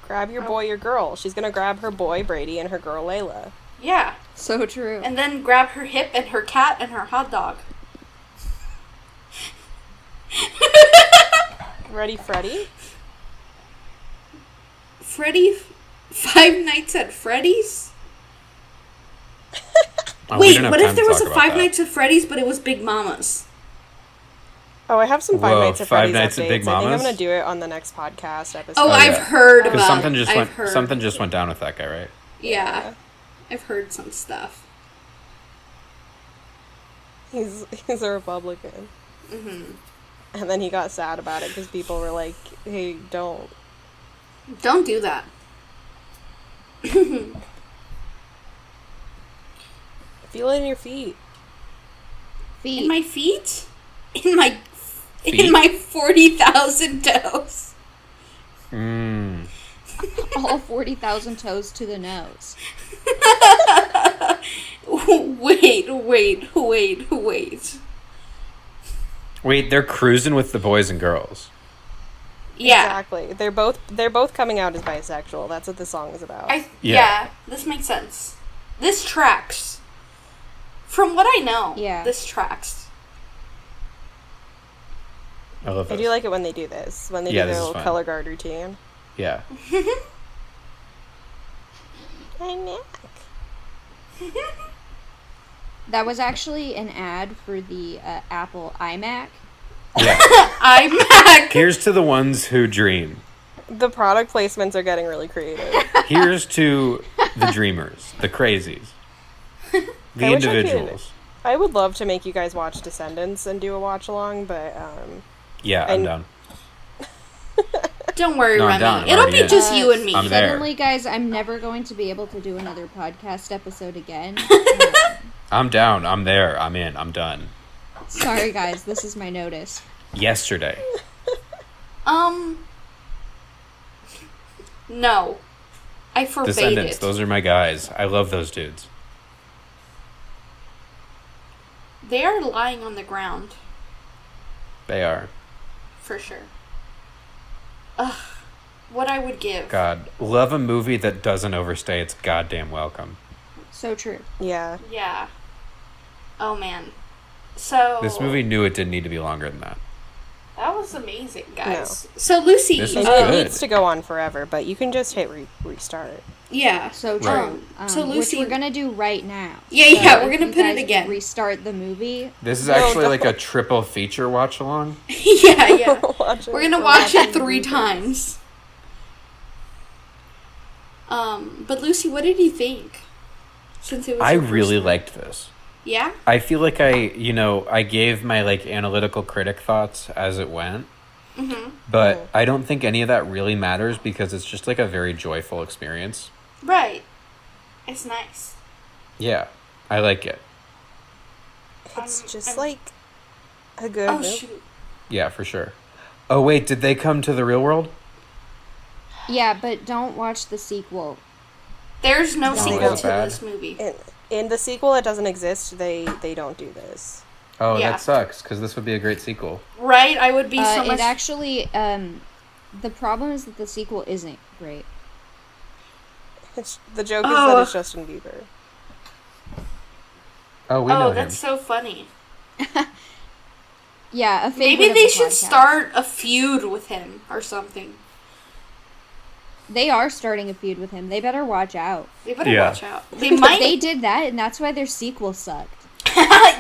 S1: Grab your boy, your girl. She's gonna grab her boy Brady and her girl Layla.
S2: yeah.
S4: So true.
S2: And then grab her hip and her cat and her hot dog.
S1: Ready, Freddy?
S2: Freddy, Five Nights at Freddy's.
S3: Oh, we
S2: Wait,
S3: don't have
S2: what
S3: time
S2: if
S3: to
S2: there was
S3: talk
S2: a
S3: about
S2: Five
S3: that.
S2: Nights at Freddy's, but it was Big Mama's?
S1: Oh, I have some Five
S3: Whoa,
S1: Nights at
S3: Five
S1: Freddy's
S3: Nights at
S1: updates.
S3: Big
S1: I think I'm
S3: Mama's?
S1: gonna do it on the next podcast episode.
S2: Oh,
S3: Oh,
S2: I've
S3: yeah.
S2: heard about.
S3: Because something just
S2: I've
S3: went.
S2: heard.
S3: Something just went down with that guy, right?
S2: Yeah, I've heard some stuff.
S1: he's he's a Republican.
S2: Mm-hmm.
S1: And then he got sad about it because people were like, "Hey, don't."
S2: Don't do that.
S1: Feel it in your feet.
S4: Feet.
S2: In my feet, in my,
S3: Feet?
S2: in my forty thousand toes.
S3: Mm.
S4: all 40,000 toes to the nose.
S2: wait, wait, wait, wait.
S3: Wait, they're cruising with the boys and girls.
S2: Yeah,
S1: Exactly. They're both they're both coming out as bisexual. That's what the song is about.
S2: I yeah.
S3: Yeah.
S2: this makes sense. This tracks. From what I know,
S4: Yeah.
S2: this tracks.
S3: I love
S1: I
S3: that.
S1: do like it when they do this, when they
S3: Yeah,
S1: do
S3: this
S1: their
S3: is
S1: little
S3: fun.
S1: color guard routine.
S3: yeah.
S1: Hi, Nick.
S4: That was actually an ad for the uh, Apple iMac.
S3: Yeah.
S2: I'm back.
S3: Here's to the ones who dream.
S1: The product placements are getting really creative.
S3: Here's to the dreamers, the crazies, the
S1: I wish I could-
S3: individuals.
S1: I would love to make you guys watch Descendants and do a watch along, but um,
S3: Yeah, I'm
S1: And-
S3: done.
S2: Don't worry,
S3: No, I'm
S2: Remy.
S3: down. I'm
S2: It'll
S3: already
S2: be
S3: in.
S2: just
S4: Uh,
S2: you and me.
S3: I'm there.
S4: Suddenly, guys, I'm never going to be able to do another podcast episode again.
S3: I'm down. I'm there. I'm in. I'm done.
S4: Sorry, guys, this is my notice.
S3: Yesterday.
S2: Um. No, I forbade
S3: Descendants.
S2: it.
S3: Those are my guys. I love those dudes.
S2: They are lying on the ground
S3: They are.
S2: for sure. Ugh, what I would give.
S3: God. Love a movie that doesn't overstay its goddamn welcome.
S4: So true.
S1: yeah,
S2: Yeah. Oh man. So
S3: This movie knew it didn't need to be longer than that.
S2: that was amazing, guys. So Lucy,
S3: This
S1: and
S3: is
S2: uh,
S1: it
S3: good.
S1: needs to go on forever. But you can just hit re- restart.
S2: yeah.
S4: So true.
S3: Right.
S4: Um,
S2: So Lucy-
S4: which we're gonna do right now.
S2: Yeah, yeah, we're
S4: if
S2: gonna
S4: you
S2: put it
S4: guys would
S2: again.
S4: Restart the movie.
S3: This is
S1: No,
S3: actually
S1: no.
S3: like a triple feature watch along.
S2: yeah, yeah.
S1: Watch it.
S2: We're gonna watch it three times. Um, but Lucy, what did you think? Since it was
S3: I
S2: your first-
S3: really liked this.
S2: yeah,
S3: I feel like I, you know, I gave my like analytical critic thoughts as it went.
S1: Mm-hmm.
S3: But I don't think any of that really matters because it's just like a very joyful experience.
S2: right. It's nice.
S3: Yeah, I like it.
S1: It's
S2: Um,
S1: just
S2: I'm-
S1: like a good.
S2: Oh
S1: movie.
S2: shoot!
S3: Yeah, for sure. Oh wait, did they come to the real world?
S4: Yeah, but don't watch the sequel.
S2: There's no
S1: Don't
S2: sequel
S1: feel
S2: to
S3: bad.
S2: this movie.
S1: In, in the sequel that doesn't exist, they they don't do this.
S3: Oh,
S2: Yeah.
S3: that sucks because this would be a great sequel.
S2: Right? I would be
S4: Uh,
S2: so much.
S4: It actually, um, the problem is that the sequel isn't great.
S1: It's, the joke is
S2: Oh.
S1: that it's Justin Bieber.
S3: Oh, we know
S2: oh,
S3: him.
S2: that's so funny.
S4: Yeah, a favorite
S2: Maybe
S4: of
S2: they
S4: the
S2: should
S4: podcast.
S2: start a feud with him or something.
S4: They are starting a feud with him. They better watch out.
S2: They better
S3: Yeah.
S2: watch out. They might.
S4: They did that, and that's why their sequel sucked.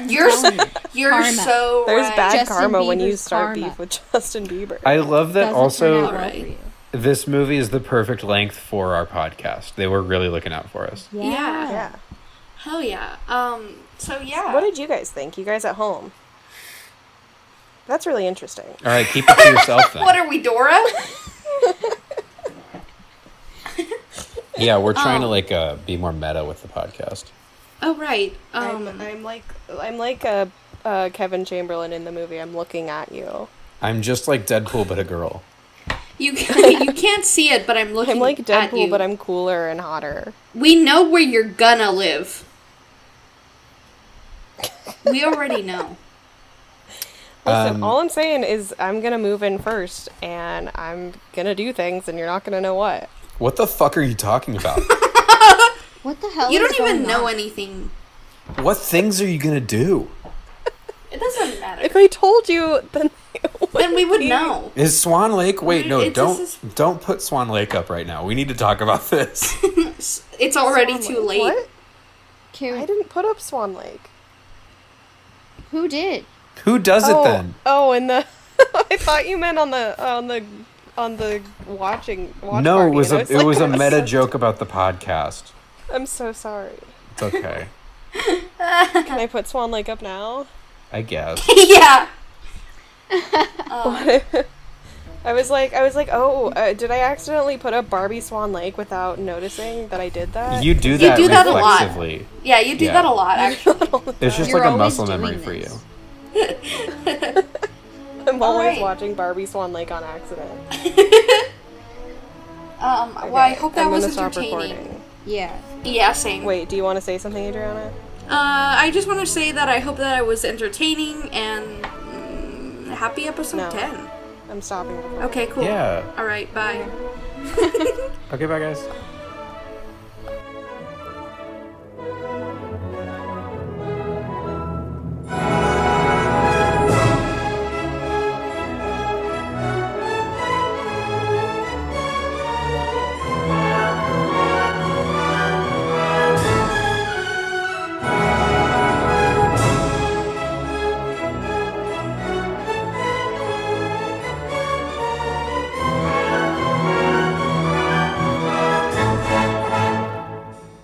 S2: you're s-
S4: Tell me.
S2: you're
S4: Karma.
S2: so uh,
S1: There's
S2: right.
S1: bad
S4: Justin
S1: karma when you
S4: Bieber's
S1: start
S4: karma.
S1: beef with Justin Bieber.
S3: I love that
S4: Doesn't turn out
S3: also
S4: well for
S2: Alright.
S4: you.
S3: this movie is the perfect length for our podcast. They were really looking out for us.
S4: Yeah.
S1: yeah.
S2: Hell yeah. Um. So yeah.
S1: What did you guys think? You guys at home? That's really interesting.
S3: All right, keep it to yourself then.
S2: what are we, Dora?
S3: Yeah, we're trying to
S2: Um,
S3: like uh, be more meta with the podcast.
S2: Oh right. Um,
S1: I'm, I'm like I'm like uh, uh, Kevin Chamberlain in the movie. I'm looking at you.
S3: I'm just like Deadpool, but a girl.
S2: you you can't see it, but I'm looking.
S1: I'm like
S2: at you.
S1: Deadpool, but I'm cooler and hotter.
S2: We know where you're gonna live. we already know.
S1: Listen,
S3: Um,
S1: all I'm saying is I'm gonna move in first, and I'm gonna do things, and you're not gonna know what.
S3: What the fuck are you talking about?
S4: What the hell?
S2: You
S4: is
S2: don't even
S4: going
S2: know
S4: on?
S2: anything.
S3: what things are you gonna do?
S2: It doesn't matter.
S1: If I told you, then
S2: Then we would know.
S3: Is Swan Lake? Wait, no,
S2: It's-
S3: don't
S2: this is-
S3: don't put Swan Lake up right now. We need to talk about this.
S2: It's already too late.
S1: What? I
S4: Karen,
S1: didn't put up Swan Lake.
S4: who did?
S3: Who does
S1: oh,
S3: it then?
S1: oh, and the I thought you meant on the on the on the watching. Watch
S3: no, it
S1: party,
S3: was
S1: and
S3: a
S1: I
S3: it
S1: like,
S3: was a
S1: I'm
S3: meta
S1: so-
S3: joke about the podcast.
S1: I'm so sorry.
S3: It's okay,
S1: Can I put Swan Lake up now?
S3: I guess.
S2: yeah.
S1: I was like, I was like, oh, uh, did I accidentally put up Barbie Swan Lake without noticing that I did that?
S3: You do that
S2: do that a lot.
S3: reflexively.
S2: Yeah, you do
S3: Yeah.
S2: that a lot, actually.
S3: It's just
S4: You're
S3: like a
S4: always
S3: muscle memory
S4: doing
S3: for you.
S4: this.
S1: I'm always
S2: Alright.
S1: watching Barbie Swan Lake on accident.
S2: Um, well, I
S1: Okay,
S2: hope that
S1: I'm
S2: was
S1: gonna stop
S2: entertaining.
S1: recording.
S4: Yeah.
S2: Yeah, same.
S1: Wait, do you want to say something, Adriana?
S2: Uh, I just want to say that I hope that I was entertaining and mm, happy episode
S1: No.
S2: 10.
S1: I'm stopping. recording.
S2: Okay, cool.
S3: Yeah.
S2: All right, bye.
S3: Okay, bye guys.